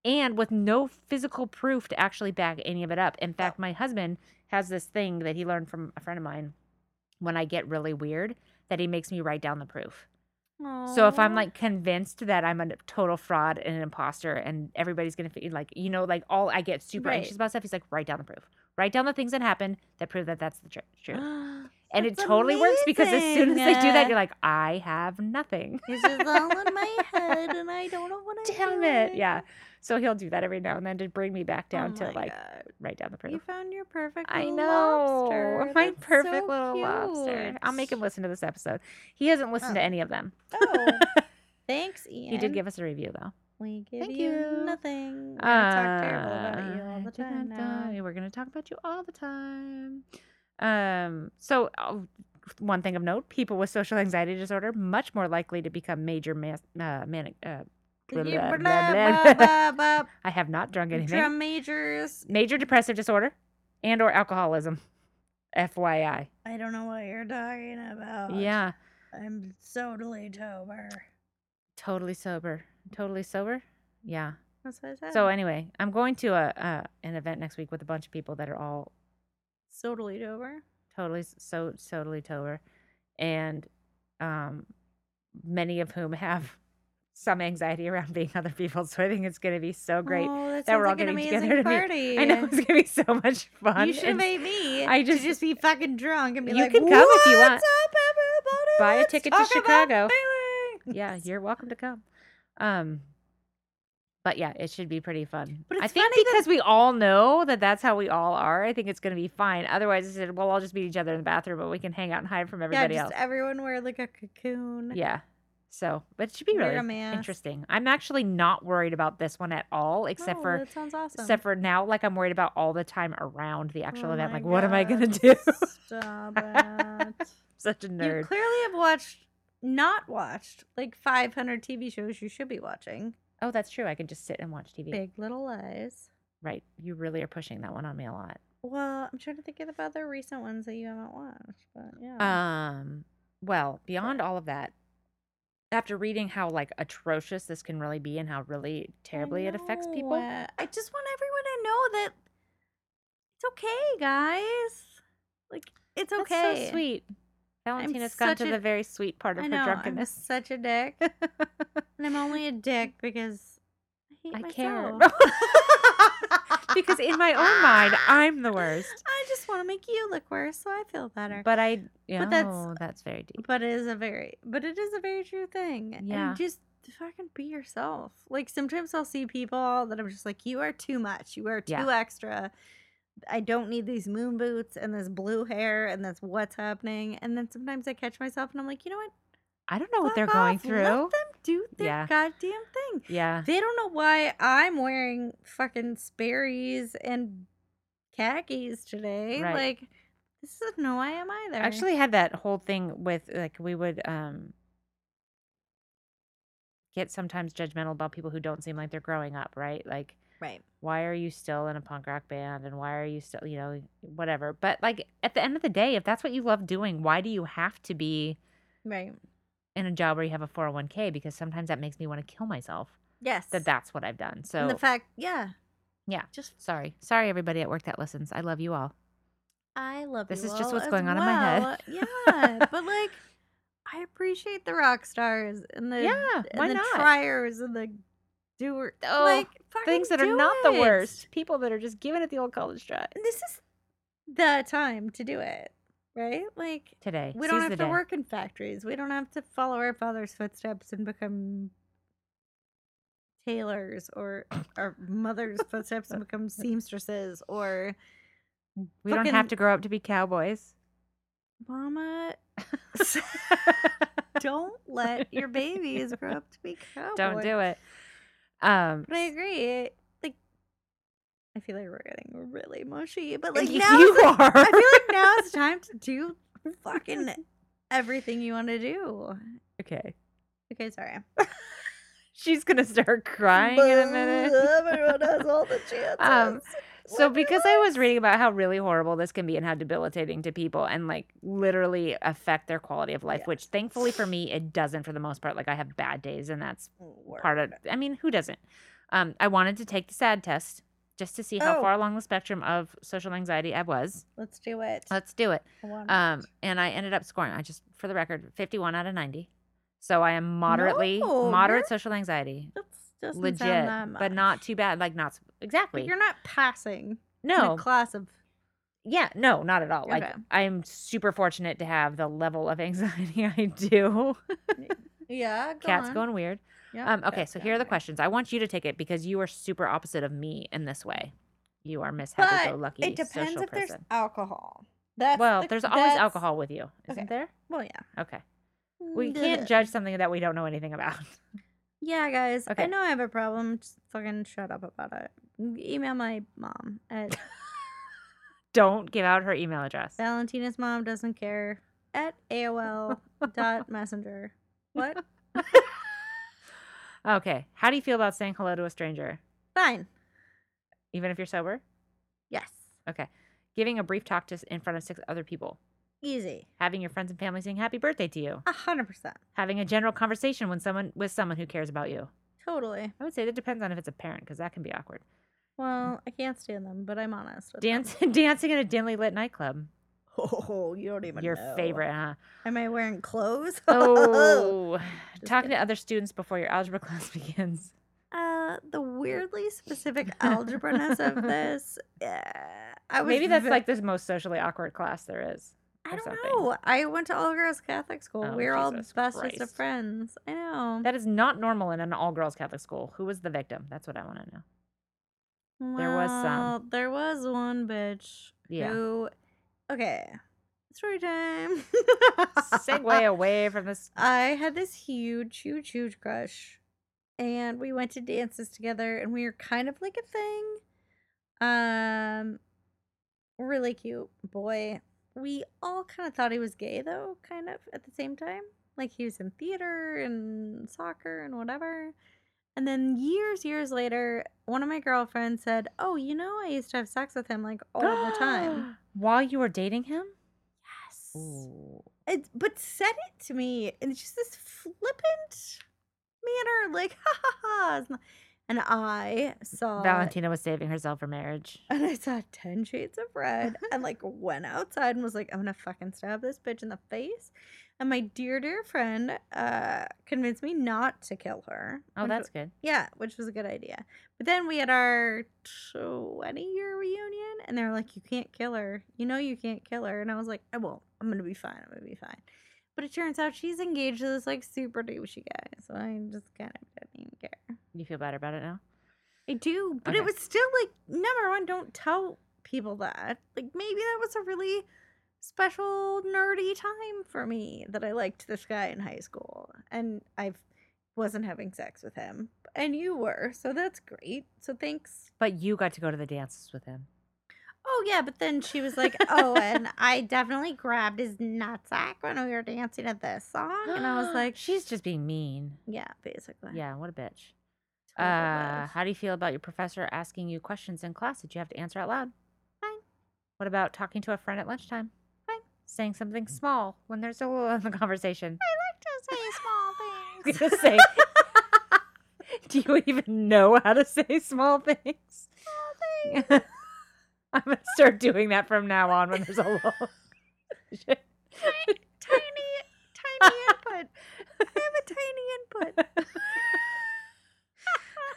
And with no physical proof to actually back any of it up. In fact, my husband has this thing that he learned from a friend of mine when I get really weird that he makes me write down the proof. So if I'm Aw. like convinced that I'm a total fraud and an imposter and everybody's gonna feel like you know like all I get super Right. anxious about stuff, he's like write down the proof, write down the things that happened that prove that that's the tr- truth, and it That's totally works because as soon as they do that, amazing. you're like I have nothing. it's just all in my head, and I don't know what I'm Damn doing. it, yeah. So he'll do that every now and then to bring me back Oh down to my like God. write down the proof. you found your perfect. I little know. lobster. My That's so perfect little lobster. I'll make cute. him listen to this episode. He hasn't listened to Oh. any of them. Oh, thanks, Ian. He did give us a review though. We give Thank you, you. nothing. We talk terrible about you Uh, all the da, da, time da. now. We're gonna talk about you all the time. Um. So, oh, one thing of note: people with social anxiety disorder much more likely to become major mas- uh, manic. Uh, blah, You blah, blah, blah, blah, blah. blah, blah. I have not drunk anything. Drum majors. Major depressive disorder and or alcoholism. FYI. I don't know what you're talking about. Yeah. I'm totally sober. Totally sober. Totally sober. Yeah. That's what I said. So anyway, I'm going to a uh, an event next week with a bunch of people that are all totally sober. totally s- so totally tover and um many of whom have some anxiety around being other people so i think it's going to be so great Oh, that that sounds we're all like an getting amazing together to meet- party. i know it's going to be so much fun You should have and made me. I I just just- to just be fucking drunk and be You like, can come if you want. "What's up, everybody? Buy a Let's ticket to talk about Chicago." feelings." yeah you're welcome to come um but yeah it should be pretty fun But i it's think funny that- because we all know that that's how we all are i think it's going to be fine otherwise it's- we'll all just meet each other in the bathroom but we can hang out and hide from everybody yeah, just else everyone wear like a cocoon. Yeah. So, but it should be Wear a really mask. interesting. I'm actually not worried about this one at all, except Oh, for that sounds awesome. except for now, like I'm worried about all the time around the actual Oh event. my Like, what am I gonna God, do? Stop it. Such a you nerd. clearly have watched, not watched, like 500 TV shows you should be watching. oh, that's true. I can just sit and watch TV. Big Little Lies. Right. You really are pushing that one on me a lot. Well, I'm trying to think of the other recent ones that you haven't watched, but yeah. Um. Well, beyond all of that, after reading how like atrocious this can really be and how really I terribly it affects know, people, uh, I just want everyone to know that it's okay, guys. Like it's That's okay. so sweet. Valentina's gone such to a- the very sweet part of I her know I'm drunkenness. such a dick, and I'm only a dick because I hate I care. myself. because in my own mind, I'm the worst. I just want to make you look worse so I feel better. But I, yeah, But that's- oh, that's very deep. But it is a very, but it is a very true thing. Yeah. And just fucking be yourself. Like sometimes I'll see people that I'm just like, you are too much. You are too Yeah. extra. I don't need these moon boots and this blue hair and that's what's happening. And then sometimes I catch myself and I'm like, you know what? I don't know what Fuck they're going off. Let through. them do their Yeah. goddamn thing. Yeah. They don't know why I'm wearing fucking Sperry's and khakis today. Right. Like, this is no, I am either. actually had that whole thing with like we would um get sometimes judgmental about people who don't seem like they're growing up, right? Like right. why are you still in a punk rock band and why are you still, you know, whatever. But like at the end of the day, if that's what you love doing, why do you have to be Right. in a job where you have a 401k because sometimes that makes me want to kill myself Yes. that that's what I've done. So and the fact, yeah. Yeah. Just, sorry. Sorry everybody at work that listens. I love you all. I love This you is just all what's as going on in my head. well. yeah. But like, I appreciate the rock stars and the yeah, and why the not? triers and the doer. Oh, like, fucking Things that are do not the it. worst. People that are just giving it the old college try. And This is the time to do it, right? Like, Today. we don't Seize have the to day. work in factories. We don't have to follow our father's footsteps and become tailors or our mother's footsteps and become seamstresses or We don't have fucking- to grow up to be cowboys. mama. don't let your babies grow up to be cowboys. don't do it. Um But I agree. It, like, I feel like we're getting really mushy, but like like now, you it's like- are. I feel like now it's time to do fucking everything you want to do. okay. Okay, sorry. She's gonna start crying in a minute. Everyone has all the chances. Um, So Live your because I was lives. reading about how really horrible this can be and how debilitating to people and like literally affect their quality of life, Yeah. which thankfully for me it doesn't for the most part. Like I have bad days and that's Word. part of I mean, who doesn't? Um, I wanted to take the sad test just to see how Oh. far along the spectrum of social anxiety I was. Let's do it. Let's do it. I want uh, Um, it. and I ended up scoring. I just, for the record, fifty-one out of ninety. So I am moderately No, moderate you're social anxiety, That's doesn't sound legit, that but much. not too bad. Like not s- But exactly. you're not passing. in no, a class of yeah, no, not at all. Like Okay. I'm super fortunate to have the level of anxiety I do. yeah. Go Cat's on. going weird. Yep, Um, okay, cat's so going here are the there. questions. I want you to take it because you are super opposite of me in this way. You are Miss But Happy Go Lucky It depends social if there's person. alcohol. That's Well, the- there's always that's- alcohol with you, isn't Okay. there? Well, yeah. Okay. We can't judge something that we don't know anything about. Yeah, guys. Okay. I know I have a problem. Just fucking shut up about it. Email my mom at Don't give out her email address. Valentina's mom doesn't care at AOL dot messenger. What? Okay. How do you feel about saying hello to a stranger, Fine. even if you're sober? Yes. Giving a brief talk to s- in front of six other people, Easy. having your friends and family sing happy birthday to you, A hundred percent. having a general conversation when someone with someone who cares about you. Totally. I would say that depends on if it's a parent because that can be awkward. Well, I can't stand them, but I'm honest. With Dance, dancing in a dimly lit nightclub. Them. Oh, you don't even Your know. favorite, huh? Am I wearing clothes? Oh, Just talking to kidding. other students before your algebra class begins. Uh, the weirdly specific algebra-ness of this. Yeah, I was Maybe that's ve- like the most socially awkward class there is. I or don't something. know. I went to all girls Catholic school. Oh, we were all Jesus bestest of Christ. friends. I know. That is not normal in an all girls Catholic school. Who was the victim? That's what I want to know. there was some. Well, There was one bitch Yeah. who. Okay, story time. Segue away from this. I had this huge, huge, huge crush, and we went to dances together, and we were kind of like a thing. Um, really cute boy. We all kind of thought he was gay, though, kind of at the same time. Like he was in theater and soccer and whatever. And then years, years later, one of my girlfriends said, "Oh, you know, I used to have sex with him like all the time." While you were dating him? Yes. It, but said it to me in just this flippant manner, like ha ha ha. It's not- And I saw Valentina was saving herself for marriage. and I saw Ten Shades of Red, and like went outside and was like, I'm gonna fucking stab this bitch in the face. And my dear dear friend uh, convinced me not to kill her. Oh, which that's good. yeah, which was a good idea. But then we had our 20 year reunion, and they were like, You can't kill her. You know, you can't kill her. And I was like, I won't. I'm going to be fine. I'm going to be fine. But it turns out she's engaged to this like super douchey guy. So I just kind of didn't even care. You feel better about it now? I do, but it Okay. was still like, number one, don't tell people that. Like maybe that was a really special nerdy time for me that I liked this guy in high school and I wasn't having sex with him. And you were, so that's great. So thanks. But you got to go to the dances with him. Oh yeah, but then she was like, "Oh, and I definitely grabbed his nutsack when we were dancing at this song," and I was like, she's just being mean. "Yeah, basically." Yeah, what a bitch. Total Uh, bitch. how do you feel about your professor asking you questions in class that you have to answer out loud? Fine. What about talking to a friend at lunchtime? Fine. Saying something small when there's a little in the conversation. to say small I things. was gonna say, do you even know how to say small things? I'm gonna start doing that from now on when there's a little. tiny, tiny input. I have a tiny input.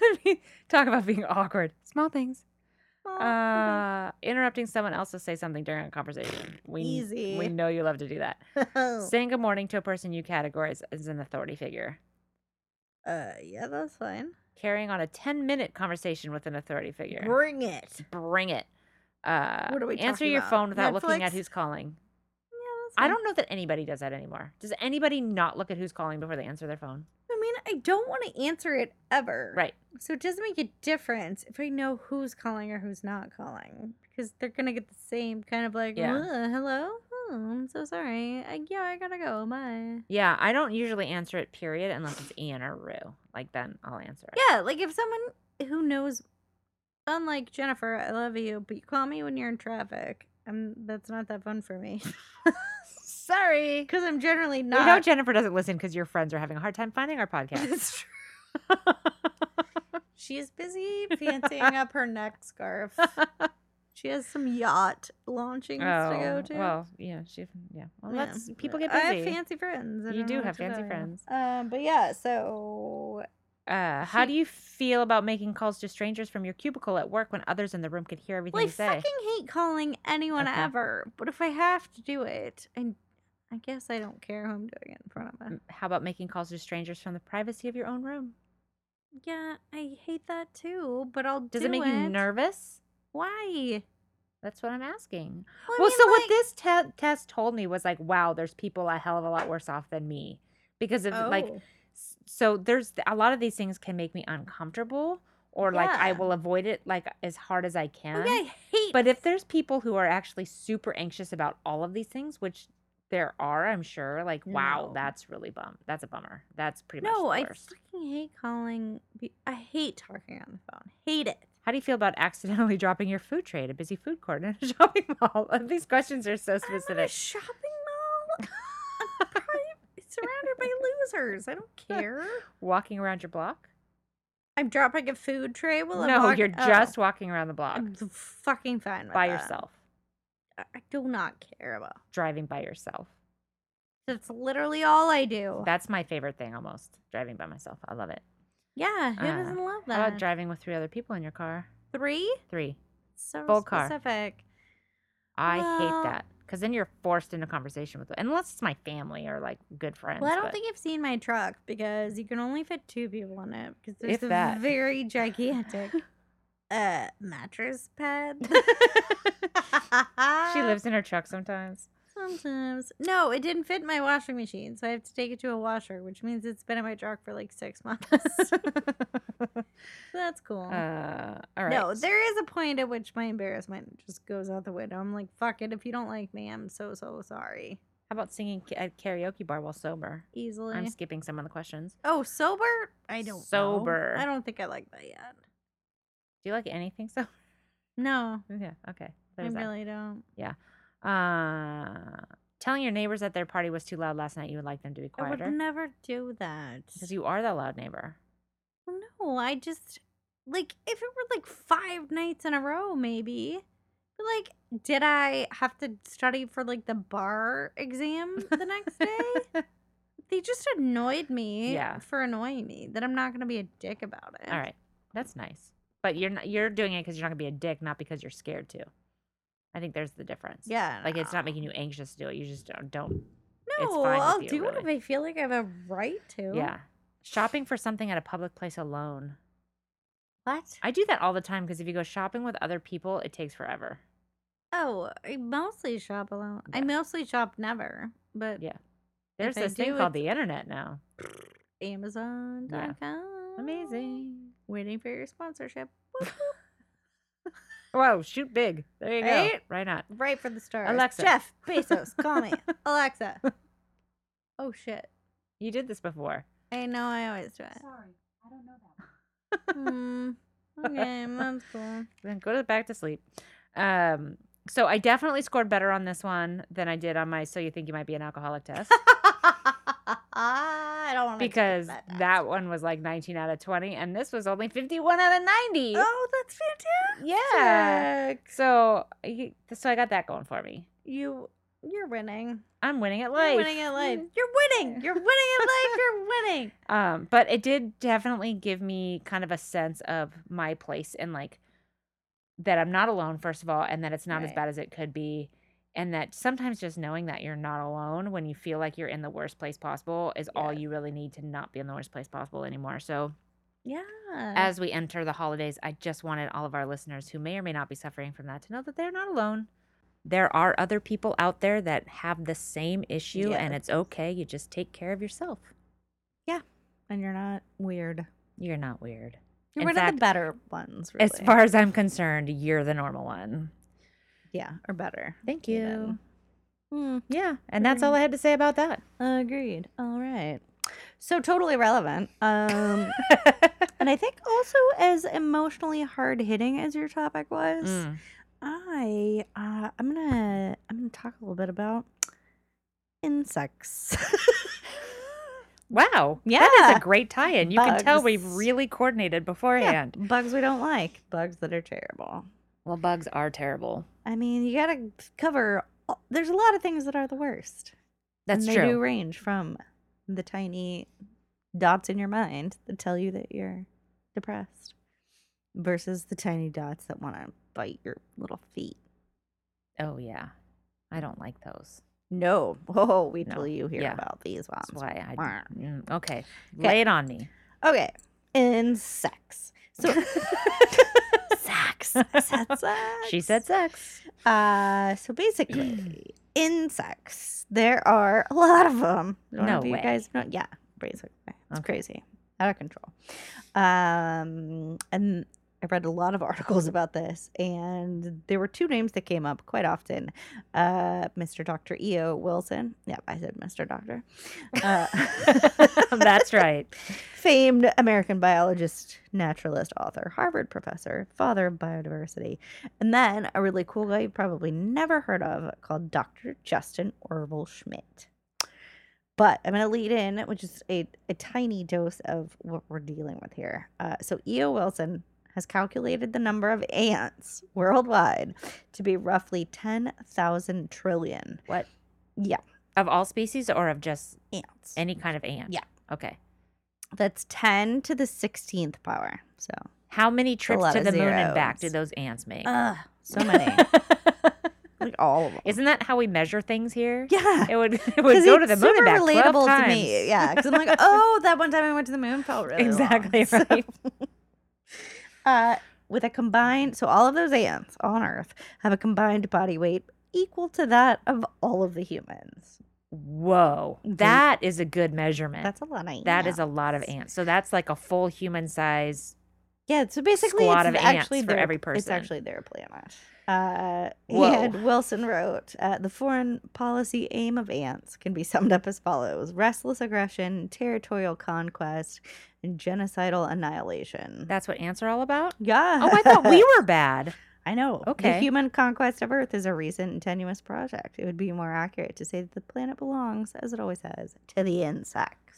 I mean, Talk about being awkward. Small things. Well, okay. Uh, interrupting someone else to say something during a conversation. We Easy. Oh. We know you love to do that. Saying good morning to a person you categorize as an authority figure. uh, yeah, that's fine. Carrying on a 10 minute conversation with an authority figure. Bring it. Bring it. Uh, What are we answer talking your about? phone without looking Netflix? at who's calling. Yeah, that's I fine. don't know that anybody does that anymore. Does anybody not look at who's calling before they answer their phone? I mean, I don't want to answer it ever. Right. So it doesn't make a difference if I know who's calling or who's not calling because they're gonna get the same kind of like, Yeah. "Uh, hello. Oh, I'm so sorry. I, yeah, I gotta go. Bye. Yeah, I don't usually answer it, period, unless it's Ian or Rue. Like, then I'll answer it. Yeah, like if someone who knows, unlike Jennifer, I love you, but you call me when you're in traffic, um, that's not that fun for me. Sorry, because I'm generally We know not. Jennifer doesn't listen because your friends are having a hard time finding our podcast. It's true. She's busy fancying up her neck scarf. She has some yacht launchings to go to. Oh, Well, yeah, she, yeah. Well, Yeah. that's people get I busy. have fancy friends. I You don't know do what have to fancy tell you. friends. Um, but yeah, so Uh, how She- do you feel about making calls to strangers from your cubicle at work when others in the room could hear everything Well, I you say? fucking hate calling anyone Okay. ever, but if I have to do it, and I guess I don't care who I'm doing it in front of. M- Mm, How about making calls to strangers from the privacy of your own room? Yeah, I hate that too, but I'll Does do it make you nervous? Why? That's what I'm asking. I well, mean, so what like- this te- test told me was like, wow, there's people a hell of a lot worse off than me because of like Oh. s- so there's th- a lot of these things can make me uncomfortable or like I Yeah. will avoid it like as hard as I Oh, can. yeah, I hate. But if there's people who are actually super anxious about all of these things, which there are, I'm sure, like wow, No. that's really bum. That's a bummer. That's pretty no, much I the worst. fucking hate calling. be- I hate talking on the phone. Hate it. How do you feel about accidentally dropping your food tray at a busy food court in a shopping mall? these questions are so I'm at a specific. shopping mall. I'm probably surrounded by losers. I don't care. Walking around your block? I'm dropping a food tray. Well, no, you're just walking around the block oh, I'm fucking fine with by that. yourself, I I do not care about. driving by yourself. That's literally all I do. That's my favorite thing almost. Driving by myself. I love it. yeah, who Uh, doesn't love How about that? driving with three other people in your car? Three? Three. So Full car. specific. I Well- hate that because then you're forced into conversation with them, unless it's my family or like good friends. Well, I don't but- think you've seen my truck because you can only fit two people in it because there's If a that. very gigantic uh mattress pad. she Uh, lives in her truck sometimes. sometimes. No, it didn't fit my washing machine, so I have to take it to a washer, which means it's been in my truck for like six months. That's cool. uh, all right. No, there is a point at which my embarrassment just goes out the window. I'm like, fuck it. If you don't like me, I'm so, so sorry. How about singing ca- at karaoke bar while sober? Easily. I'm skipping some of the questions. oh, sober? I don't know. Sober. I don't think I like that yet. Do you like anything so? No, Yeah. Okay. There's I that. really don't. Uh, telling your neighbors that their party was too loud last night, you would like them to be I would quieter never do that. because you are that loud neighbor. No, I just like if it were like five nights in a row, maybe. But like, did I have to study for like the bar exam the next day? they just annoyed me Yeah. for annoying me that I'm not gonna be a dick about it. All right, that's nice. But you're not, you're doing it because you're not gonna be a dick, not because you're scared to. I think there's the difference. Yeah. like it's not no. making you anxious to do it. You just don't. don't. No, it's fine with I'll you, do it if really. I feel like I have a right to. Yeah, shopping for something at a public place alone. What? I do that all the time because if you go shopping with other people, it takes forever. Oh, I mostly shop alone. I mostly shop never, but Yeah. There's I this thing do, called the internet now. Amazon.com. Amazing. Waiting for your sponsorship. Whoop, Whoa, shoot big. There you go. Right? Why not? whoop. right for the stars. Alexa. Jeff Bezos, call me. Alexa. Oh shit. You did this before. I know I always do it. Sorry, I don't know that. Hmm. okay, that's cool. Then go to back to sleep. Um, so I definitely scored better on this one than I did on my "So You Think You Might Be an Alcoholic" test I don't want because that one was like 19 out of 20, and this was only 51 out of 90. Oh, that's fantastic. Yeah. So, I- so I got that going for me. You you're winning. I'm winning at You're life. Mm-hmm. winning at life. You're winning. You're winning at life. You're winning. Um, but it did definitely give me kind of a sense of my place and like that I'm not alone, first of all, and that it's not as Right. bad as it could be. And that sometimes just knowing that you're not alone when you feel like you're in the worst place possible is all you really need to not be in the worst place possible anymore. So, Yeah. as we enter the holidays, I just wanted all of our listeners who may or may not be suffering from that to know that they're not alone. There are other people out there that have the same issue, and Yeah. it's okay. You just take care of yourself. and you're not weird. You're not weird. You're In one of fact, the better ones, really. As far as I'm concerned, you're the normal one. yeah, or better. Thank even. Hmm. Yeah. And that's all I had to say about that. Agreed. All right. So totally relevant. Um, and I think also as emotionally hard hitting as your topic was, Mm. I uh, I'm gonna I'm gonna talk a little bit about insects. Wow. That is Yeah. a great tie in. You can tell we Bugs. really coordinated Yeah, beforehand. bugs we don't like. Bugs that are terrible. Well, bugs are terrible. I mean, you gotta cover. all- There's a lot of things that are the worst. That's and they do true. range from the tiny dots in your mind that tell you that you're depressed versus the tiny dots that want to bite your little feet. Oh, yeah. I don't like those. No. Oh, wait till No. you hear Yeah. about these ones. That's why I. Wah. Mm, okay. Lay it on me. Okay. Insects. So sex. I said sex. She said sex. Uh, so basically, insects. There are a lot of them. No You way. guys know? Yeah, basically, it's Okay. crazy, out of control. Um, and I read a lot of articles about this, and there were two names that came up quite often. Uh, Mr. Doctor E. O. Wilson. Yep, I said Mr. Doctor. Uh, That's right. famed American biologist, naturalist, author, Harvard professor, father of biodiversity, and then a really cool guy you've probably never heard of called Dr. Justin Orville Schmidt. But I'm going to lead in, which is a, a tiny dose of what we're dealing with here. Uh, so, E.O. Wilson has calculated the number of ants worldwide to be roughly 10,000 trillion What? Yeah. Of all species or of just ants. any kind of ant? Yeah. Okay. That's 10 to the 16th power. So, How many trips lot to of the moon and back do zeros. those ants make? Ugh, so many. like all of them. Isn't that how we measure things here? yeah. It would it would go to the moon and back 12 times. to me. Yeah. Because I'm like, oh, that one time I went to the moon felt really Exactly long." So, right. uh, with a combined, so all of those ants on Earth have a combined body weight equal to that of all of the humans. Whoa, that is a good measurement. That's a lot of ants. Eh. That is a lot of ants. So that's like a full human size. Yeah, so basically, squad it's of ants actually for their, every It's person. actually their planet. Uh, Whoa. and Wilson wrote, uh, "The foreign policy aim of ants can be summed up as follows: restless aggression, territorial conquest, and genocidal annihilation." That's what ants are all about. yeah. Oh, I thought we were bad. I know. Okay. The human conquest of Earth is a recent and tenuous project. It would be more accurate to say that the planet belongs, as it always has, to the insects.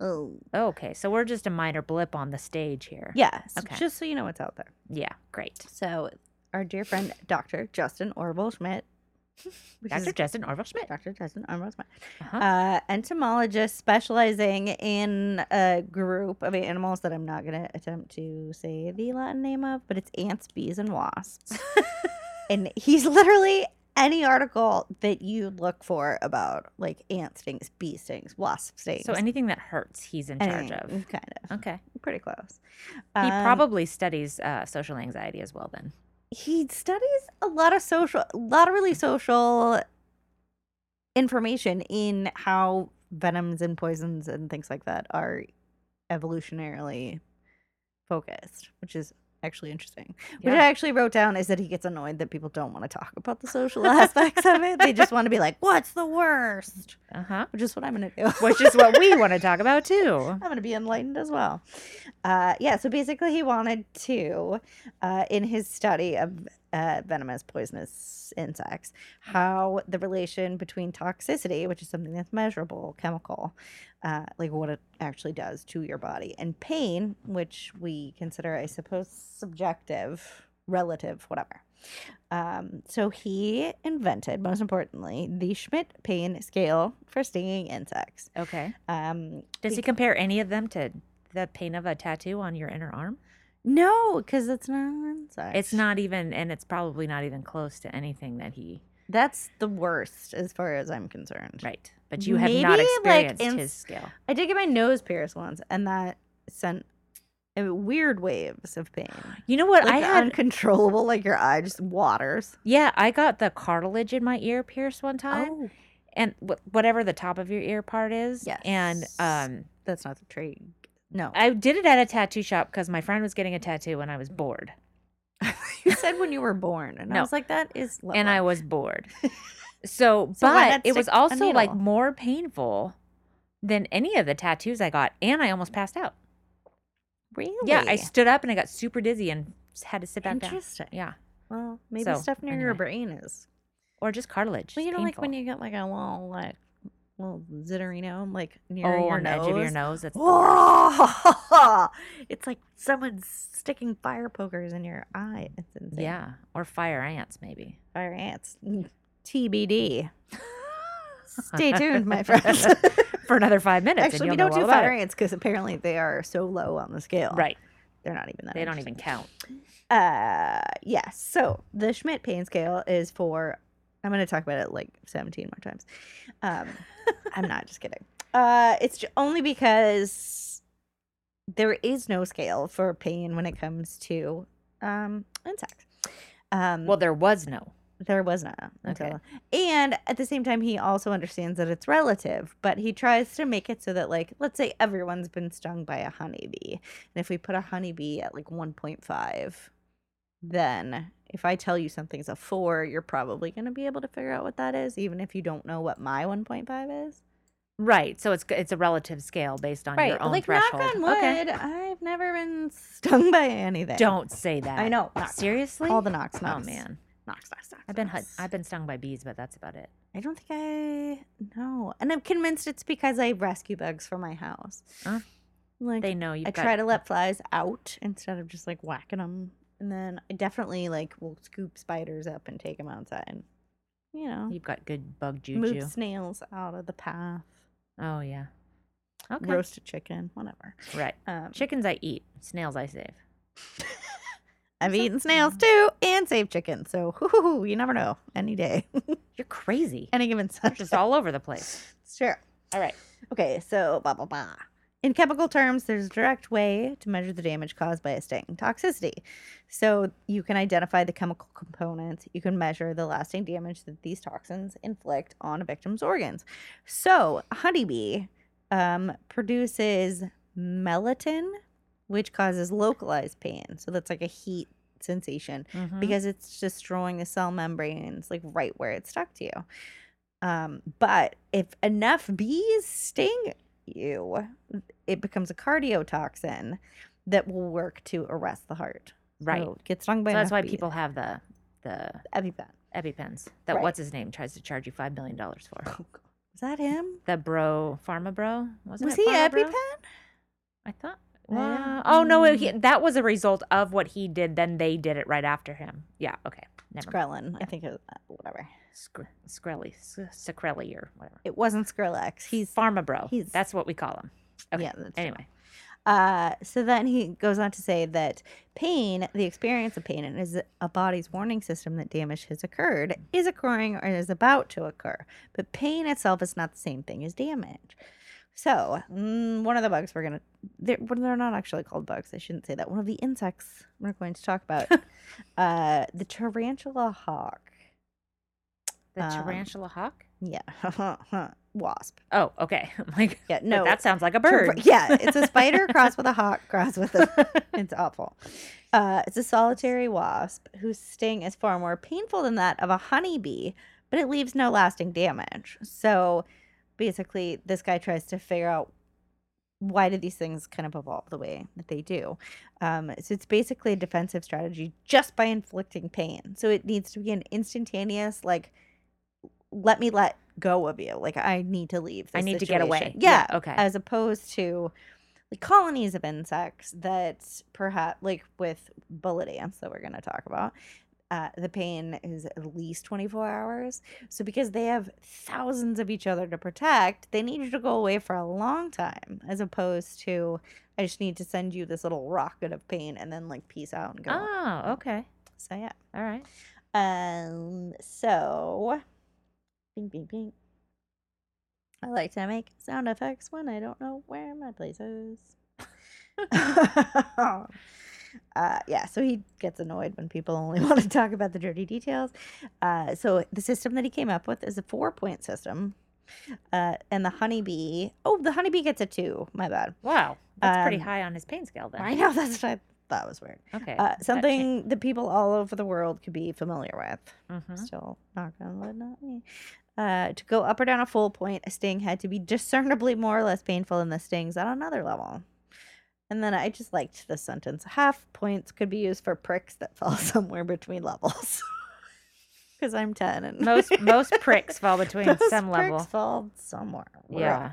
Oh. Okay, so we're just a minor blip on the stage here. Yes. Okay. Just so you know what's out there. Yeah. Great. So, our dear friend, Dr. Justin Orville Schmidt, which Dr. is Justin Orville Schmidt. Dr. Justin Orville Schmidt, Uh-huh. uh, entomologist specializing in a group of animals that I'm not going to attempt to say the Latin name of, but it's ants, bees, and wasps. and he's literally any article that you look for about like ant stings, bee stings, wasp stings. so anything that hurts, he's in charge anything, of. Kind of. Okay. Pretty close. He Um, probably studies uh, social anxiety as well. Then he studies a lot of social, a lot of really social information in how venoms and poisons and things like that are evolutionarily focused, which is actually interesting. What I Yeah. actually wrote down is that he gets annoyed that people don't want to talk about the social aspects of it. They just want to be like, "What's the worst?" Uh huh. Which is what I'm going to do. Which is what we want to talk about too. I'm going to be enlightened as well. Uh, yeah, so basically, he wanted to, uh, in his study of uh, venomous poisonous insects, how the relation between toxicity, which is something that's measurable, chemical, uh, like what it actually does to your body, and pain, which we consider, I suppose, subjective, relative, whatever. Um, so he invented, most importantly, the Schmidt pain scale for stinging insects. Okay. Um, Does he compare any of them to the pain of a tattoo on your inner arm? No, because it's not an insect. It's not even, and it's probably not even close to anything that he. That's the worst, as far as I'm concerned. Right. But you have not Maybe, like, experienced in- his scale. I did get my nose pierced once, and that sent uh, weird waves of pain. You know what? Like I had. uncontrollable, like your eye just waters. yeah, I got the cartilage in my ear pierced one time, Oh, and wh- whatever the top of your ear part is. And Yes. um, that's not the trig. No, I did it at a tattoo shop because my friend was getting a tattoo and I was bored. you said when you were born, and I No. was like, that is. Lovely. and I was bored. So, So why but not it was stick a also like needle? more painful than any of the tattoos I got, and I almost passed out. really. Yeah, I stood up and I got super dizzy and s- had to sit back down. Interesting. Yeah, Well, maybe So, stuff near your anyway. brain is. or just cartilage. Well, you It's know, like when painful. you get like a little like little zitterino, like near oh your on the nose. edge of your nose. It's, Oh, it's like someone's sticking fire pokers in your eye. It's insane. yeah, or fire ants maybe. Fire ants. TBD. Stay tuned, my friends. For another five minutes. Actually, and we you'll don't know do all about fire it. ants because apparently they are so low on the scale. Right, They're not even that. they don't interesting. even count. Uh, yes. So the Schmidt pain scale is for. I'm going to talk about it like 17 more times. Um, I'm not just kidding. Uh, it's ju- only because there is no scale for pain when it comes to um, insects. Um, Well, there was no. there was not until, Okay. and at the same time, he also understands that it's relative, but he tries to make it so that, like, let's say everyone's been stung by a honeybee, and if we put a honeybee at like 1.5, then if I tell you something's a four, you're probably going to be able to figure out what that is, even if you don't know what my 1.5 is. Right, so it's g- it's a relative scale based on your own like, threshold. knock on wood, Okay, I've never been stung by anything. don't say that. I know. Knock, Seriously? All the knocks, Oh knocks. man, Knocks, knocks, knocks. I've been hut- knocks. I've been stung by bees, but that's about it. I don't think I know. And I'm convinced it's because I rescue bugs for my house. Huh? Like Uh, They know you. I try to let flies out instead of just like whacking them. And then I definitely like will scoop spiders up and take them outside. You know, You've got good bug juju. move snails out of the path, Oh yeah. Okay. roast a chicken, whatever. Right. Um, Chickens I eat. Snails I save. I've eaten snails too and saved chickens. So hoo-hoo-hoo, you never know. Any day, You're crazy. any given You're just Sunday. all over the place. Sure. All right. Okay, so blah blah blah. In chemical terms, there's a direct way to measure the damage caused by a sting toxicity. So you can identify the chemical components, you can measure the lasting damage that these toxins inflict on a victim's organs. So a honeybee um, produces melatonin, which causes localized pain. So that's like a heat sensation Mhm. because it's destroying the cell membranes like right where it's stuck to you. Um, but if enough bees sting you, it becomes a cardiotoxin that will work to arrest the heart. right. So get stung by so that's enough why bees. people have the the EpiPen. EpiPens that Right. what's his name tries to charge you five million dollars for. Oh, Was that him? The bro, pharma bro, wasn't Was it he Pharma Bro? EpiPen? I I thought. don't- Wow. oh no! it- he- that was a result of what he did. Then they did it right after him. Yeah. Okay. Never. mind. Skrellin. I think it was uh, whatever. Scr- Screlly, S- Screlly, or whatever. It wasn't Skrillex. He's Pharma bro. he's- That's what we call him. Okay. yeah. That's Anyway. Uh, so then he goes on to say that pain, the experience of pain, and is a body's warning system that damage has occurred, is occurring or is about to occur. But pain itself is not the same thing as damage. So, mm, one of the bugs we're going to, they're, well, they're not actually called bugs. I shouldn't say that. One of the insects we're going to talk about, uh, the tarantula hawk. The Um, tarantula hawk? Yeah. Wasp. Oh, okay. I'm like, Yeah. no, No. that sounds like a tar- bird. yeah. It's a spider crossed with a hawk crossed with a it's awful. Uh, it's a solitary wasp whose sting is far more painful than that of a honeybee, but it leaves no lasting damage. So basically, this guy tries to figure out why do these things kind of evolve the way that they do. Um, so it's basically a defensive strategy just by inflicting pain. So it needs to be an instantaneous, like, let me let go of you. Like, I need to leave. I this need to get away. situation. Yeah okay. as opposed to like colonies of insects that perhaps like with bullet ants that we're going to talk about uh, the pain is at least 24 hours so because they have thousands of each other to protect they need you to go away for a long time as opposed to i just need to send you this little rocket of pain and then like peace out and go on." oh, okay. so yeah All right. um, so, bing, bing, bing. I like to make sound effects when I don't know where my place is. uh, yeah, so he gets annoyed when people only want to talk about the dirty details. Uh, so the system that he came up with is a four-point system. Uh, and the honeybee, oh, the honeybee gets a two. My bad. Wow. That's pretty Um, high on his pain scale then. I know that's what I thought was weird. Okay. Uh, something that people all over the world could be familiar with hmm still knock on wood, not me. Uh, to go up or down a full point, a sting had to be discernibly more or less painful than the stings on another level. And then I just liked this sentence. Half points could be used for pricks that fall somewhere between levels. Because I'm 10 and most most pricks fall between those some pricks level. fall somewhere. We're uh, Yeah. all-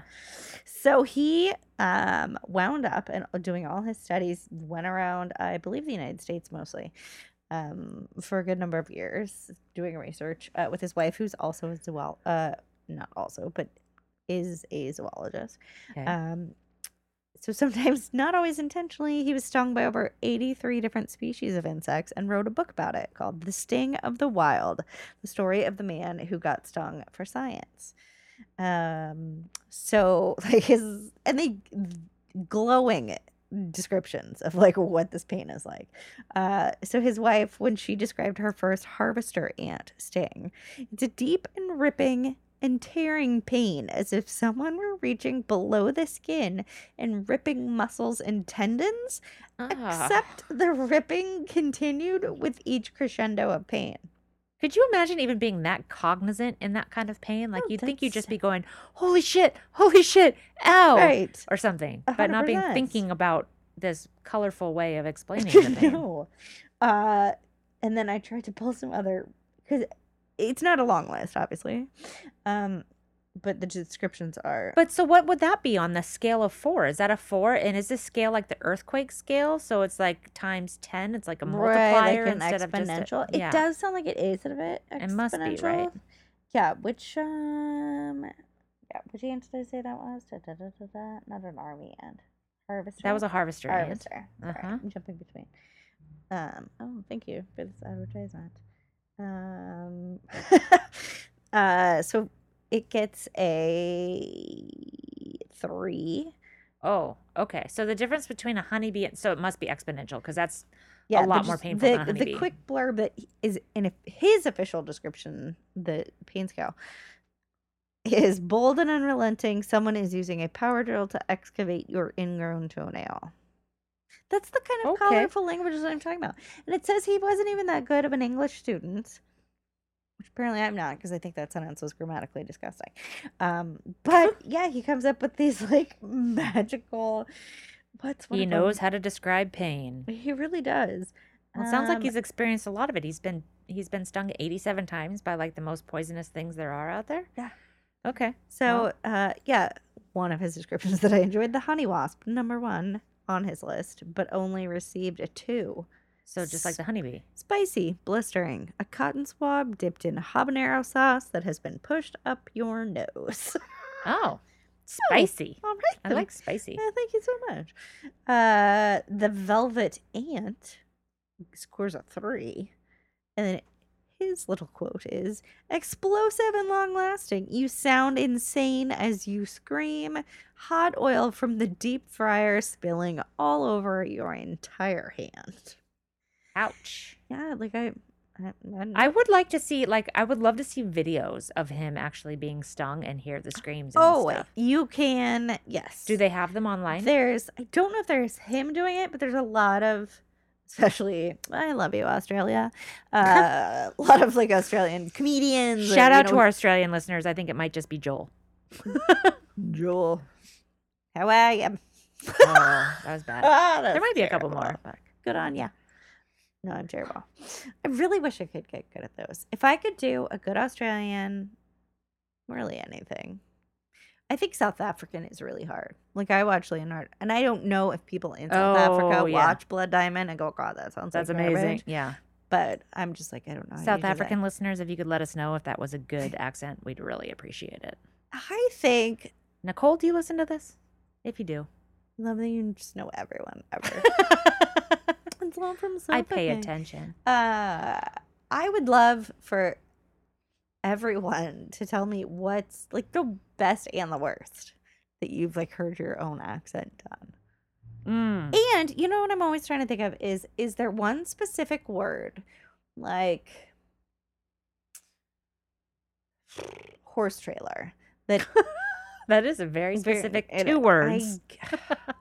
so he um, wound up and doing all his studies, went around, I believe, the United States mostly, um, for a good number of years, doing research uh, with his wife, who's also a zool, uh, not also, but is a zoologist. Okay. Um, so sometimes, not always intentionally, he was stung by over 83 different species of insects and wrote a book about it called The Sting of the Wild The Story of the Man Who Got Stung for Science. Um, so, like, his, and they glowing descriptions of like what this pain is like. Uh, so his wife, when she described her first harvester ant sting, it's a deep and ripping and tearing pain as if someone were reaching below the skin and ripping muscles and tendons, Ah. except the ripping continued with each crescendo of pain. Could you imagine even being that cognizant in that kind of pain? Like Oh, you'd think you'd that's- just be going, "Holy shit! Holy shit! Ow!" Right. or something, A but not being 100%. thinking about this colorful way of explaining the pain. no. Uh, and then I tried to pull some other because it's not a long list, obviously. Um, but the descriptions are But so what would that be on the scale of four? Is that a four? And is this scale like the earthquake scale? So it's like times ten. It's like a multiplier like an instead of just exponential. a, yeah. It does sound like it is a bit exponential. It must be, right? Yeah. Which um, yeah. Which ant did I say that was? Da, da, da, da, da. Not an army ant. Harvester. That was a harvester. ant. Harvester. Sorry, Uh-huh. I'm jumping between. Um, oh, thank you for this advertisement. Um, uh, so it gets a three. Oh, okay. So the difference between a honeybee and so it must be exponential because that's Yeah, lot but more just painful The, than a the honeybee. quick blurb that is in his official description, the pain scale, is bold and unrelenting. Someone is using a power drill to excavate your ingrown toenail. That's the kind of Okay. colorful language that I'm talking about. And it says he wasn't even that good of an English student, which apparently I'm not because I think that sentence was grammatically disgusting. Um, but yeah, he comes up with these like magical. What's one he of knows them? how to describe pain. He really does. Well, it sounds like Um, he's experienced a lot of it. He's been he's been stung 87 times by like the most poisonous things there are out there. Yeah. Okay. So, uh, yeah, one of his descriptions that I enjoyed the honey wasp, number one on his list, but only received a two. So just like the honeybee. Spicy, blistering, a cotton swab dipped in habanero sauce that has been pushed up your nose. Oh, spicy. All right, I then. like spicy. Yeah, thank you so much. Uh, the velvet ant scores a three, and then His little quote is explosive and long lasting. You sound insane as you scream. Hot oil from the deep fryer spilling all over your entire hand. Ouch. Yeah, like I, I, I don't I would like to see, like, I would love to see videos of him actually being stung and hear the screams. And Oh, stuff. you can. Yes. do they have them online? There's, I don't know if there's him doing it, but there's a lot of, especially, I love you, Australia. Uh, a lot of like Australian comedians. or, Shout uh, you out know, to our Australian listeners. I think it might just be Joel. Joel. How are you? Oh, that was bad. there might be a couple more, but- Good on ya. No, I'm terrible. I really wish I could get good at those. If I could do a good Australian, really anything. I think South African is really hard. Like I watch Leonard, and I don't know if people in South Oh, Africa yeah. watch Blood Diamond and go, "God, that sounds That's like amazing. garbage," Yeah. But I'm just like, I don't know. how you do South that. African listeners, if you could let us know if that was a good accent, we'd really appreciate it. I think Nicole, do you listen to this? If you do, love that you just know everyone ever. it's all from South I pay Africa. attention. Uh, I would love for everyone to tell me what's like the best and the worst that you've like heard your own accent done. Mm. And you know what I'm always trying to think of is is there one specific word like horse trailer that That is a very Very- specific it- two I- words.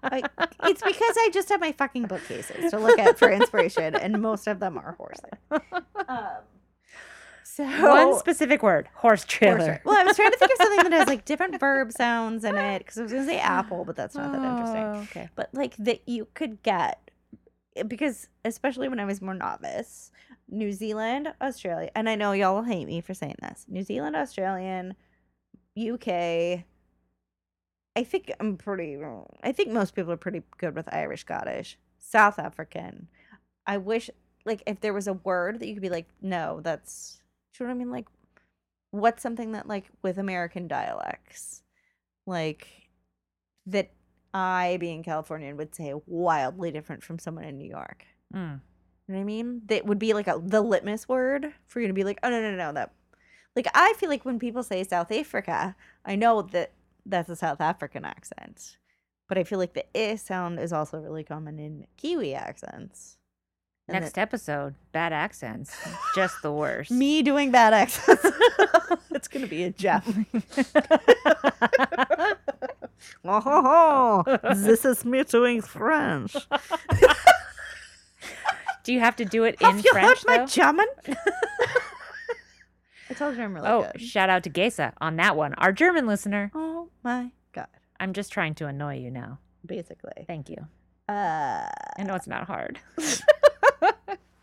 I- it's because I just have my fucking bookcases to look at for inspiration and most of them are horses. Um, so One specific word: horse trailer. Horse- Well, I was trying to think of something that has like different verb sounds in it because I was going to say apple, but that's not that interesting. Oh, Okay. But like that you could get eh, because especially when I was more novice, New Zealand, Australia, and I know y'all will hate me for saying this. New Zealand, Australian, UK. I think I'm pretty. I think most people are pretty good with Irish, Scottish, South African. I wish like if there was a word that you could be like, no, that's. Do you know what I mean? Like, what's something that like with American dialects, like that I being Californian would say wildly different from someone in New York. Mm. You know what I mean? That would be like a, the litmus word for you to be like, oh no no no that. Like I feel like when people say South Africa, I know that that's a South African accent, but I feel like the "i" sound is also really common in Kiwi accents. And Next episode: bad accents, just the worst. that- me doing bad accents. it's gonna be a gem. Oh, ho, ho. this is me doing French. Do you have to do it in Have you heard French Oh, my though? German? I told you I'm really oh, good. shout out to Gesa on that one, our German listener. oh my god! I'm just trying to annoy you now. Basically, Thank you. uh, I know it's not hard.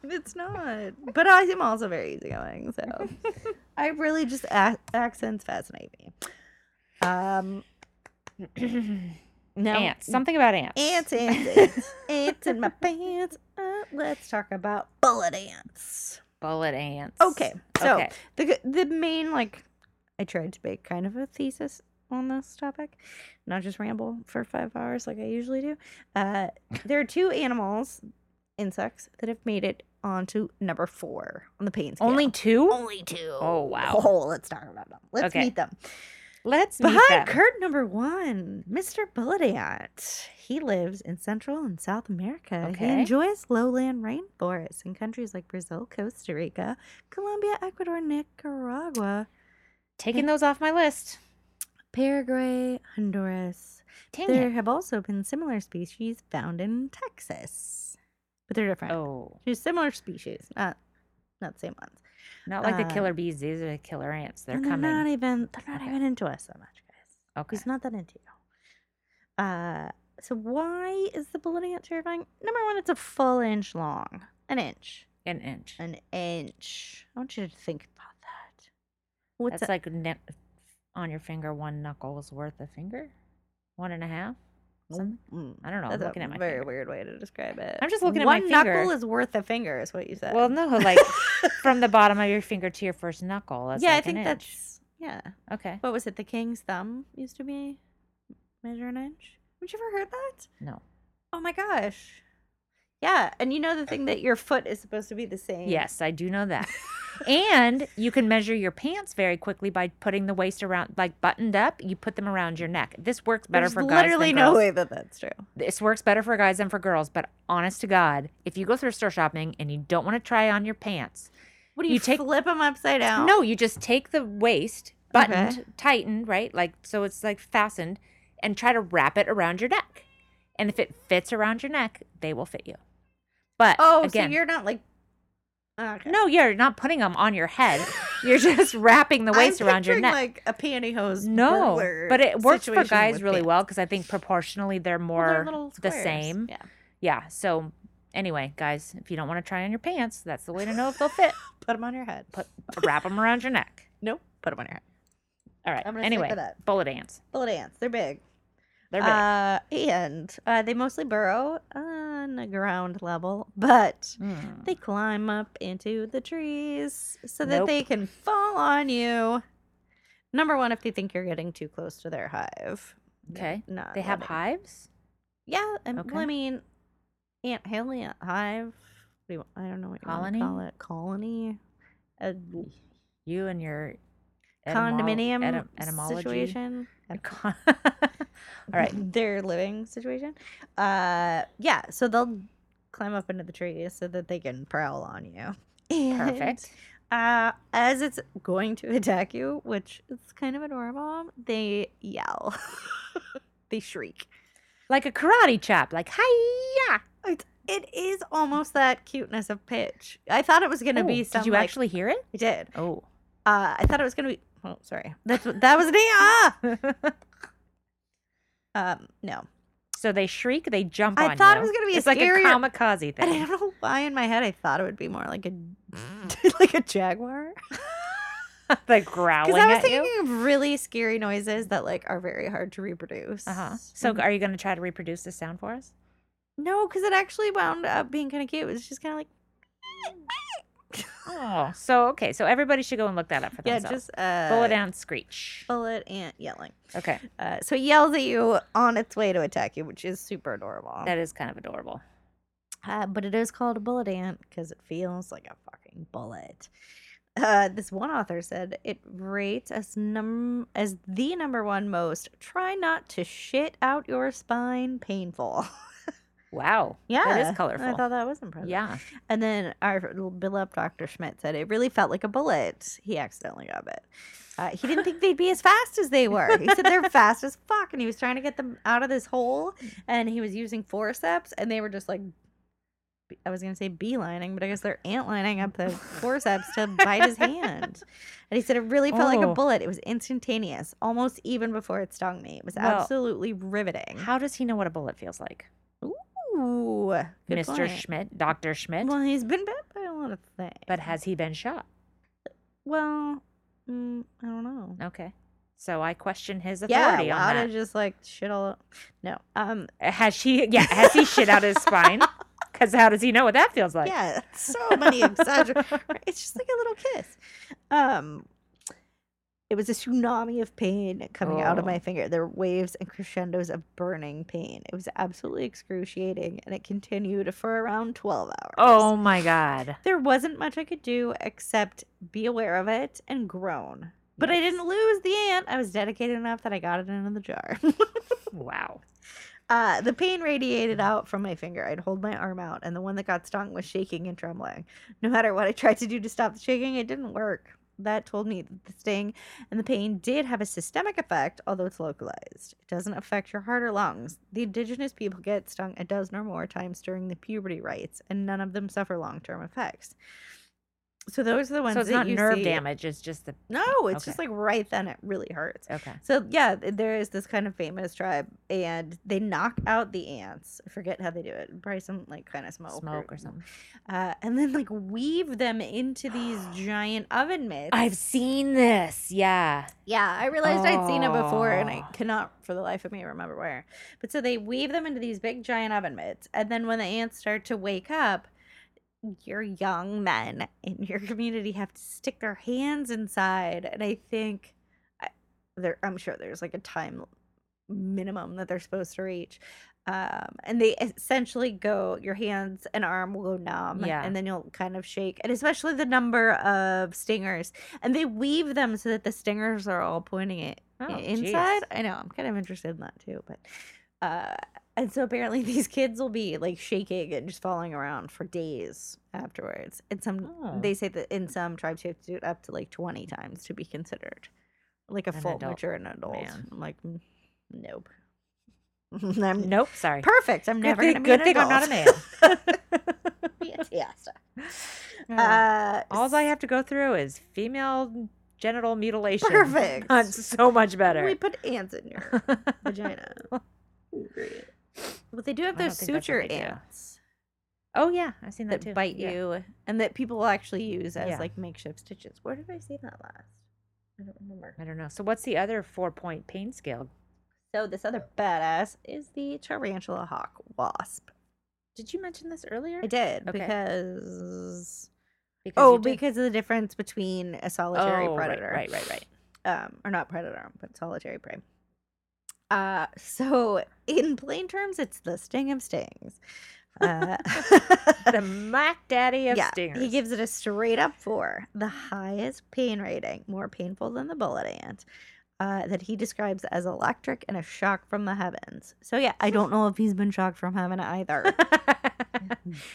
it's not. But I am also very easygoing, so I really just ac- accents fascinate me. Um, now ants. Something about ants. ants, ants, ants, ants in my pants. Uh, let's talk about bullet ants. Bullet ants. Okay. So Okay. the the main like I tried to make kind of a thesis on this topic, not just ramble for five hours like I usually do. Uh, there are two animals, insects, that have made it onto number four on the pain scale. Only two? only two. Oh, wow. Oh, let's talk about them. Let's Okay. meet them. Let's meet Behind them. curtain number one, Mr. Bullet Ant. He lives in Central and South America. He Okay. enjoys lowland rainforests in countries like Brazil, Costa Rica, Colombia, Ecuador, Nicaragua, Taking those off my list. Paraguay, Honduras. Dang there it. have also been similar species found in Texas, but they're different. Oh, They're similar species, not not the same ones. not like Um, the killer bees. These are the killer ants. They're And coming. They're not e- even. They're not Okay. even into us that much, guys. okay. He's not that into you. Uh, so why is the bullet ant terrifying? Number one, it's a full inch long. An inch. An inch. An inch. I want you to think about that. What's That's like ne- on your finger, one knuckle's worth of finger? One and a half? something? I don't know. Mm. I'm That's looking a at my very finger. weird way to describe it. I'm just looking at my One knuckle finger. is worth a finger, is what you said. Well, no, like from the bottom of your finger to your first knuckle. That's yeah, I like an think inch. that's yeah. Okay. What was it? The king's thumb used to be measure an inch. Haven't you ever heard that? No. Oh my gosh. Yeah, and you know the thing that your foot is supposed to be the same. Yes, I do know that. and you can measure your pants very quickly by putting the waist around, like buttoned up. You put them around your neck. This works better There's for guys. literally than no girls. way that that's true. This works better for guys than for girls. But honest to God, if you go thrift store shopping and you don't want to try on your pants, What do You you, take- flip them upside down? no, you just take the waist buttoned, tightened, right? Like so it's like fastened, and try to wrap it around your neck. And if it fits around your neck, they will fit you. But Oh, again, so you're not like. Okay. no, you're not putting them on your head. You're just wrapping the I'm waist around your picturing, neck. Like a pantyhose. no, burglar but it works for situation guys with really pants. well because I think proportionally they're Well, they're more little the squares. same. Yeah. Yeah. So anyway, guys, if you don't want to try on your pants, that's the way to know if they'll fit. Put them on your head. Put wrap them around your neck. nope. Put them on your head. All right. I'm gonna stick anyway, with that. bullet ants. Bullet ants. They're big. They're big. Uh, and uh, they mostly burrow on the ground level, but Mm. they climb up into the trees so that Nope. they can fall on you. Number one, if they think you're getting too close to their hive. Okay. Not They have letting- hives. Yeah. And, well, Okay. I mean, ant hill, ant hive. What do you, I don't know what Colony? you want to call it. Colony. A You and your etymol- condominium etym- etymology. situation. Your con- All right. their living situation. Uh, yeah, so they'll climb up into the trees so that they can prowl on you. And, Perfect. Uh, as it's going to attack you, which is kind of adorable, they yell. they shriek. Like a karate chop. Like hi It's, it is almost that cuteness of pitch. I thought it was going to be some. Oh, Did you like- actually hear it? I did. Oh. Uh, I thought it was going to be. Oh, sorry. That's what, that was an ah. Um, no, So they shriek. They jump on I thought it you. was going to be it's a like scarier- a kamikaze And I thing. don't know why in my head I thought it would be more like a like a jaguar. like growling Because I was at you. thinking of really scary noises that like are very hard to reproduce. Mm-hmm. Uh huh. So And- are you going to try to reproduce this sound for us? no, because it actually wound up being kind of cute. It was just kind of like Oh. So okay. So everybody should go and look that up for yeah, themselves. just uh, Oh. bullet ant screech. bullet ant yelling. Okay. Uh, so it yells at you on its way to attack you, which is super adorable. That is kind of adorable. Uh, but it is called a bullet ant because it feels like a fucking bullet. Uh, this one author said it rates as num as the number one most. Try not to shit out your spine. Painful. Wow. yeah, That is colorful. I thought that was impressive. Yeah. And then our beloved Dr. Schmidt said it really felt like a bullet. He accidentally got bit. Uh, he didn't think they'd be as fast as they were. He said they're fast as fuck, and he was trying to get them out of this hole, and he was using forceps, and they were just like, I was gonna say beelining, but I guess they're antlining up the forceps to bite his hand. And he said it really felt like Oh. a bullet. It was instantaneous, almost even before it stung me. It was Well, absolutely riveting. How does he know what a bullet feels like? Ooh, good Mr. point. Schmidt, Dr. Schmidt. Well, he's been bit by a lot of things. but has he been shot? Well, mm, I don't know. Okay. So I question his Yeah, authority on Wada that. Uh, just like shit all. No, um, Has she? Yeah. Has he shit out his spine? Because how does he know what that feels like? yeah, so many exagger. it's just like a little kiss. Um, it was a tsunami of pain coming out of Oh. my finger. There were waves and crescendos of burning pain. It was absolutely excruciating, and it continued for around twelve hours. Oh my God. there wasn't much I could do except be aware of it and groan. But I Yikes. didn't lose the ant. I was dedicated enough that I got it into the jar. Wow. Uh, the pain radiated out from my finger. I'd hold my arm out, and the one that got stung was shaking and trembling. No matter what I tried to do to stop the shaking, it didn't work. That told me that the sting and the pain did have a systemic effect, although it's localized. It doesn't affect your heart or lungs. The indigenous people get stung a dozen or more times during the puberty rites, and none of them suffer long term effects. So those are the ones So it's that not you nerve see- damage. It's just the. No, it's just Okay. like right then it really hurts. Okay. So yeah, th- there is this kind of famous tribe, and they knock out the ants. I forget how they do it. Probably some like kind of smoke, Smoke or something. Uh, and then like weave them into these giant oven mitts. I've seen this. Yeah. yeah, I realized I'd seen it before, and I Oh. cannot for the life of me remember where. But so they weave them into these big giant oven mitts, and then when the ants start to wake up. Your young men in your community have to stick their hands inside, and I think there i'm sure there's like a time minimum that they're supposed to reach Um, and they essentially go, your hands and arm will go numb, Yeah. and then you'll kind of shake. And especially the number of stingers. And they weave them so that the stingers are all pointing it Oh, jeez. inside. I know, I'm kind of interested in that too. But, uh, and so apparently these kids will be like shaking and just falling around for days afterwards. And some, Oh. they say that in some tribes you have to do it up to like 20 times to be considered like a An full adult mature and adult. man. I'm like, "Mm, nope. I'm Oh. Nope, sorry. perfect. I'm never good gonna be thing, an good thing I'm not a adult. man. Fantastic. Yeah. Uh, All I have to go through is female genital mutilation. Perfect. That's so much We better. put ants in your vagina. Great. But they do have I don't those think that's what suture they do. ants oh yeah, I've seen that, that too. bite Yeah. you, and that people will actually use as Yeah. like makeshift stitches. Where did I see that last? I don't remember. I don't know. So what's the other four point pain scale? So this other badass is the tarantula hawk wasp. Did you mention this earlier? I did Okay. because Because Oh, you did- because of the difference between a solitary Oh, right, predator, Right, right, right. Um, or not predator, but solitary prey. Uh, so in plain terms, it's the sting of stings. Uh, The Mac Daddy of yeah, stingers. he gives it a straight up four, the highest pain rating, more painful than the bullet ant. Uh, that he describes as electric and a shock from the heavens. So yeah, I don't know if he's been shocked from heaven either.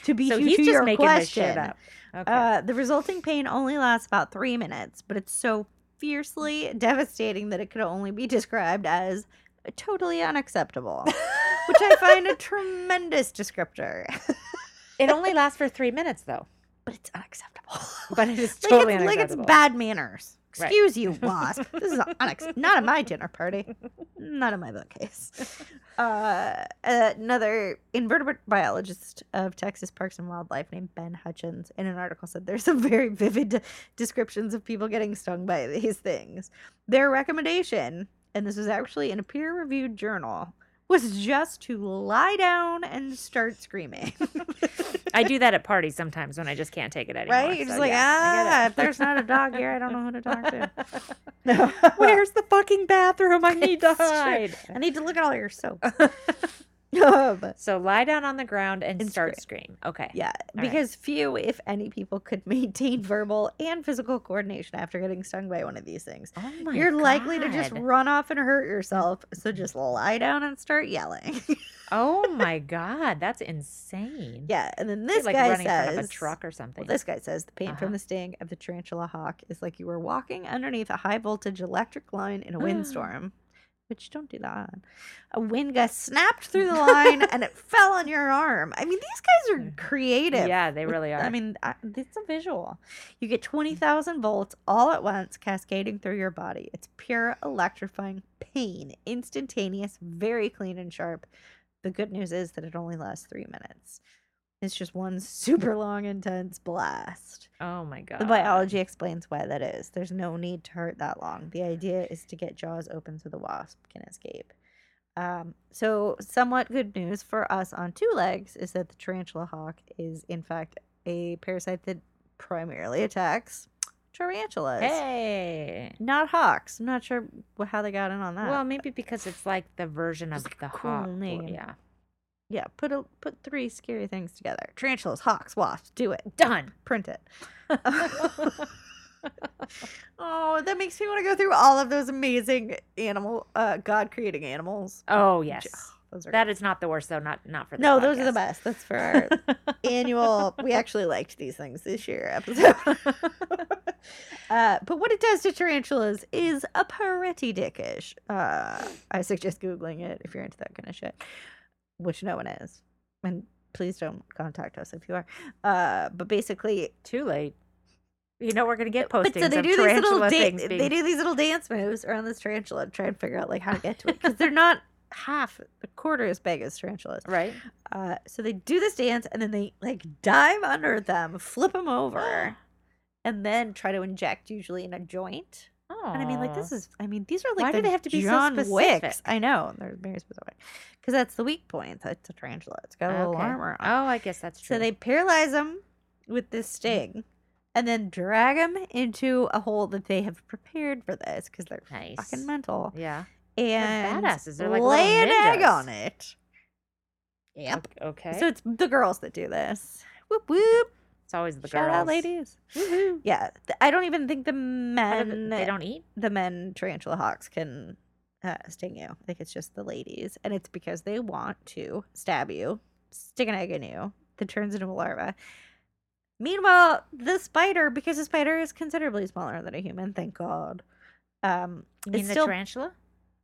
to be so you he's to just your making question, this shit up. Okay. uh, the resulting pain only lasts about three minutes, but it's so fiercely devastating that it could only be described as totally unacceptable, which I find a tremendous descriptor. it only lasts for three minutes though. But it's unacceptable. But it is like, totally it's, like it's unacceptable. bad manners. Right. Excuse you, wasp. This is unex- not at my dinner party. Not in my bookcase. Uh, another invertebrate biologist of Texas Parks and Wildlife named Ben Hutchins in an article said there's some very vivid de- descriptions of people getting stung by these things. Their recommendation, and this was actually in a peer reviewed journal, was just to lie down and start screaming. I do that at parties sometimes when I just can't take it anymore. right? You're so just like, yeah, ah, I if get there's not a dog here, I don't know who to talk to. it. Where's the fucking bathroom? I need to It's true. hide. I need to look at all your soap. Um, So lie down on the ground and, And start scream. Okay. yeah, right. because few, if any, people could maintain verbal and physical coordination after getting stung by one of these things. Oh my You're likely to just God. run off and hurt yourself, so just lie down and start yelling. Oh my god, that's insane. yeah, and then You're, this like guy running says, in front of a truck or something. Well, this guy says the pain Uh-huh. from the sting of the tarantula hawk is like you were walking underneath a high voltage electric line in a windstorm. Which don't do that. A wind gust snapped through the line and it fell on your arm. I mean, these guys are Mhm. creative. yeah, they with- really are. I mean, I, it's a visual. You get 20,000 volts all at once cascading through your body. It's pure electrifying pain, instantaneous, very clean and sharp. The good news is that it only lasts three minutes. It's just one super long, intense blast. oh my god. The biology explains why that is. There's no need to hurt that long. The idea is to get jaws open so the wasp can escape. Um, so, somewhat good news for us on two legs is that the tarantula hawk is, in fact, a parasite that primarily attacks tarantulas, Hey. not hawks. I'm not sure wh- how they got in on that. Well, maybe because it's like the version Ah. It's of like a the cool hawk. Well, name. Yeah. yeah, put a, put three scary things together: tarantulas, hawks, wasps. Do it. Done. Print it. Oh, that makes me want to go through all of those amazing animal, uh, God creating animals. oh yes. Those are That is not the worst though. Not not for. This no, those are the podcast. best. That's for our annual. We actually liked these things this year episode. uh, but what it does to tarantulas is a pretty dickish. Uh, I suggest googling it if you're into that kind of shit, which no one is. And please don't contact us if you are. Uh, but basically, Too late. You know we're gonna get postings but so they of do these little da- tarantula things. they being- do these little dance moves around this tarantula and try and figure out like how to get to it because they're not half a quarter as big as tarantulas. right. Uh, so they do this dance and then they like dive under them, flip them over, and then try to inject usually in a joint. Oh. And I mean, like this is I mean these are like Why the do they have to be so John Wicks. specific? I know they're very specific because that's the weak point. That's a tarantula. It's got a little armor on. Oh, I guess that's true. So they paralyze him with this Mm. sting and then drag him into a hole that they have prepared for this because they're nice. fucking mental. Yeah. And badasses. They're like little lay an egg ninjas. on it Yep. Okay. So it's the girls that do this. Whoop whoop. it's always the Shout girls. out, ladies. Woohoo. Yeah, th- I don't even think the What do men they they don't eat. the men tarantula hawks can uh, sting you. I think it's just the ladies, and it's because they want to stab you, stick an egg in you that turns into a larva. Meanwhile, the spider, because a spider is considerably smaller than a human, thank God, um, You It's mean the still- tarantula?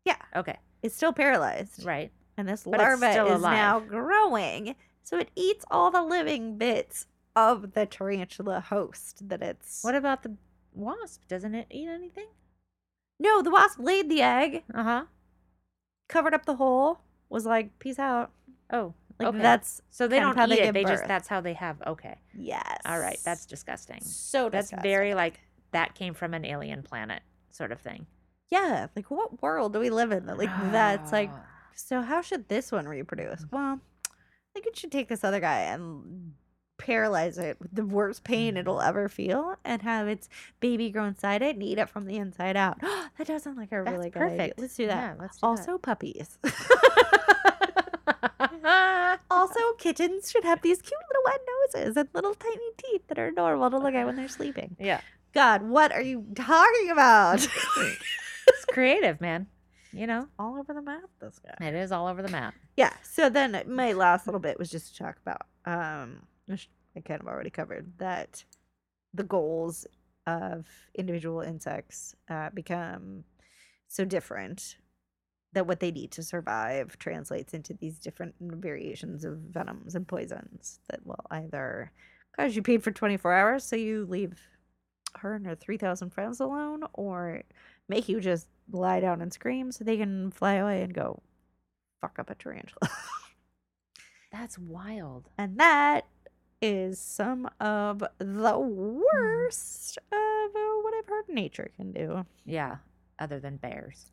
Yeah. Okay. it's still paralyzed, Right. and this But it's larva still is alive. now growing, so it eats all the living bits of the tarantula host that it's. What about the wasp? Doesn't it eat anything? No, the wasp laid the egg, Uh huh. covered up the hole, was like, "Peace out." Oh, Like okay. that's so they kind don't of how eat they it. give They just birth. that's how they have. Okay. Yes. All right. That's disgusting. so That's disgusting. very like that came from an alien planet sort of thing. yeah. Like what world do we live in that like that's like Ah. so? How should this one reproduce? Well, I think it should take this other guy and paralyze it with the worst pain it'll ever feel, and have its baby grow inside it and eat it from the inside out. that does sound like a That's really good idea. perfect. Let's do that. Yeah, let's do also, puppies. that. also, kittens should have these cute little wet noses and little tiny teeth that are adorable to look at when they're sleeping. yeah, God, what are you talking about? it's creative, man. You know, all over the map, this guy. it is all over the map. Yeah. So then my last little bit was just to talk about, um, which I kind of already covered, that the goals of individual insects uh, become so different that what they need to survive translates into these different variations of venoms and poisons that will either cause you paid for 24 hours so you leave her and her 3000 friends alone or make you just lie down and scream so they can fly away and go fuck up a tarantula That's wild. and that is some of the worst of uh, what i've heard nature can do Yeah. Other than bears,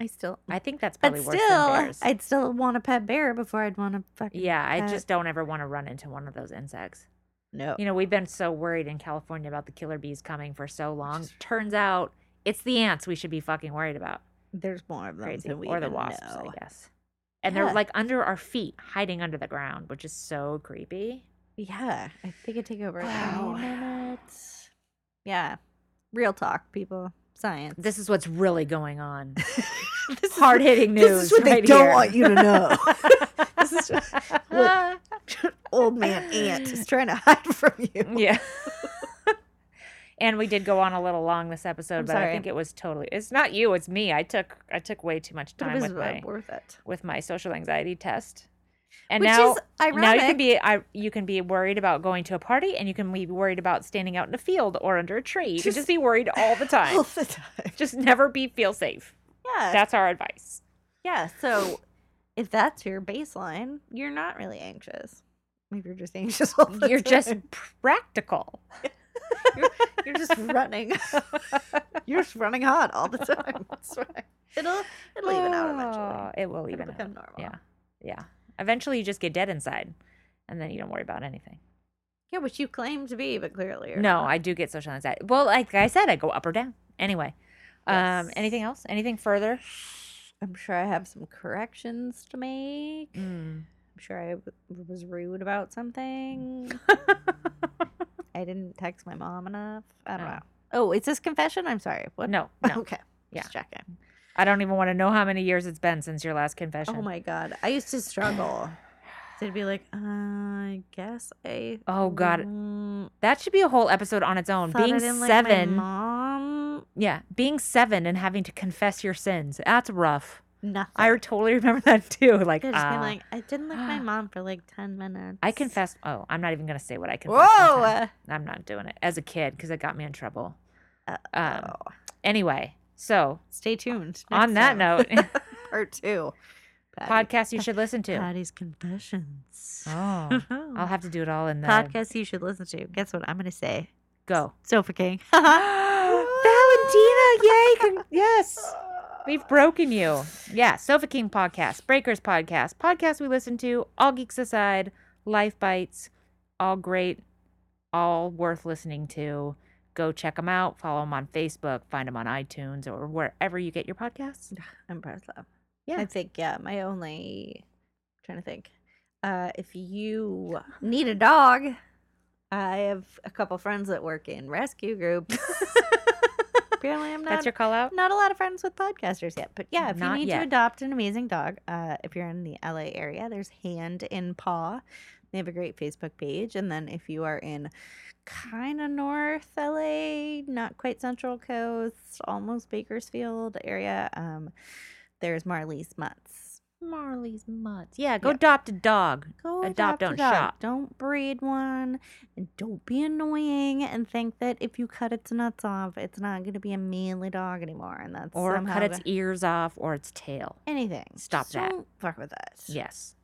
i still I think that's but probably worse still than bears. i'd still want a pet bear before i'd want to fucking yeah, I pet- just don't ever want to run into one of those insects. no You know, we've been so worried in California about the killer bees coming for so long. Turns out it's the ants we should be fucking worried about. there's more of them crazy. than we Or the even wasps, know. I guess. And Yeah. they're like under our feet, hiding under the ground, which is so creepy. yeah i think it take over Wow. twenty minutes yeah real talk people science This is what's really going on. This is- Hard hitting news. this is what they right don't here. want you to know. This is look. old man ant is trying to hide from you yeah. and we did go on a little long this episode, I'm but sorry. I think it was totally. It's not you, it's me. I took I took way too much but it time was with my worth it with my social anxiety test. And which now is ironic Now you can be I, you can be worried about going to a party, and you can be worried about standing out in a field or under a tree. You can Just- Oh. just be worried all the time. all the time just never be feel safe. yeah That's our advice. yeah so if that's your baseline you're not really anxious if you're just anxious all the You're just time. practical. you're just running you're just running hot all the time That's right. it'll it'll even out Oh, eventually It will it'll even become out. normal Yeah, yeah. Eventually, you just get dead inside, and then you don't worry about anything. yeah which you claim to be but clearly you're No, not. I do get social anxiety. Well, like I said, I go up or down. Anyway, um, Yes. anything else? Anything further? i'm sure i have some corrections to make Mm. I'm sure I w- was rude about something. I didn't text my mom enough. I don't No. know. Oh, is this confession? I'm sorry. What? No, no. Okay. Yeah. Just checking. I don't even want to know how many years it's been since your last confession. Oh my god, I used to struggle. to be like, uh, I guess I. Oh, God. mm, That should be a whole episode on its own. thought I Being didn't like my seven, mom. yeah, being seven and having to confess your sins. That's rough. Nothing. I totally remember that too. Like, They're just being ah, like, I didn't like my mom for like ten minutes. I confessed. Oh, I'm not even gonna say what I confessed. one time. Whoa. I'm not doing it as a kid because it got me in trouble. Um, Oh. anyway, so Stay tuned. on that note, note, part two. Patty- podcast you should listen to. Patty's confessions. Oh, I'll have to do it all in the podcast you should listen to. Guess what I'm gonna say? Go. Sofa King. Valentina, yay! con- yes. We've broken you. Yeah, Sofa King podcast, Breakers podcast, podcast we listen to, all geeks aside, life bites, all great, all worth listening to. Go check them out. Follow them on Facebook. Find them on iTunes or wherever you get your podcasts. I'm proud of that. Yeah. I think yeah. My only trying to think. Uh, if you need a dog, I have a couple friends that work in rescue groups. Apparently, I'm not That's your call out? not a lot of friends with podcasters yet, but yeah, if Not you need yet. to adopt an amazing dog, uh, if you're in the LA area, there's Hand in Paw. They have a great Facebook page, and then if you are in kind of North LA, not quite Central Coast, almost Bakersfield area, um, there's Marley's Mutts. Marley's Mutts. Yeah, go Yeah. adopt a dog. Go adopt, Adopt, a don't dog. shop. Don't breed one, and don't be annoying. And think that if you cut its nuts off, it's not going to be a manly dog anymore, and that's Or somehow cut its go- ears off or its tail. anything. Stop Just that. Don't fuck with that. Yes.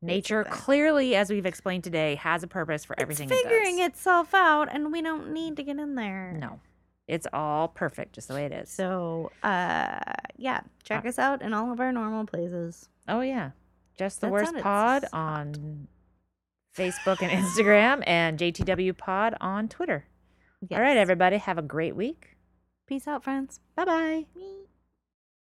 Nature Nature thing. clearly, as we've explained today, has a purpose for everything It's figuring it itself out, and we don't need to get in there. does. No. It's all perfect just the way it is. So, uh, yeah, check us out in all of our normal places. oh, yeah. Just the That's Worst on its Pod spot. on Facebook and Instagram and JTW Pod on Twitter. All right, Yes. everybody. Have a great week. Peace out, friends. Bye bye. Meep.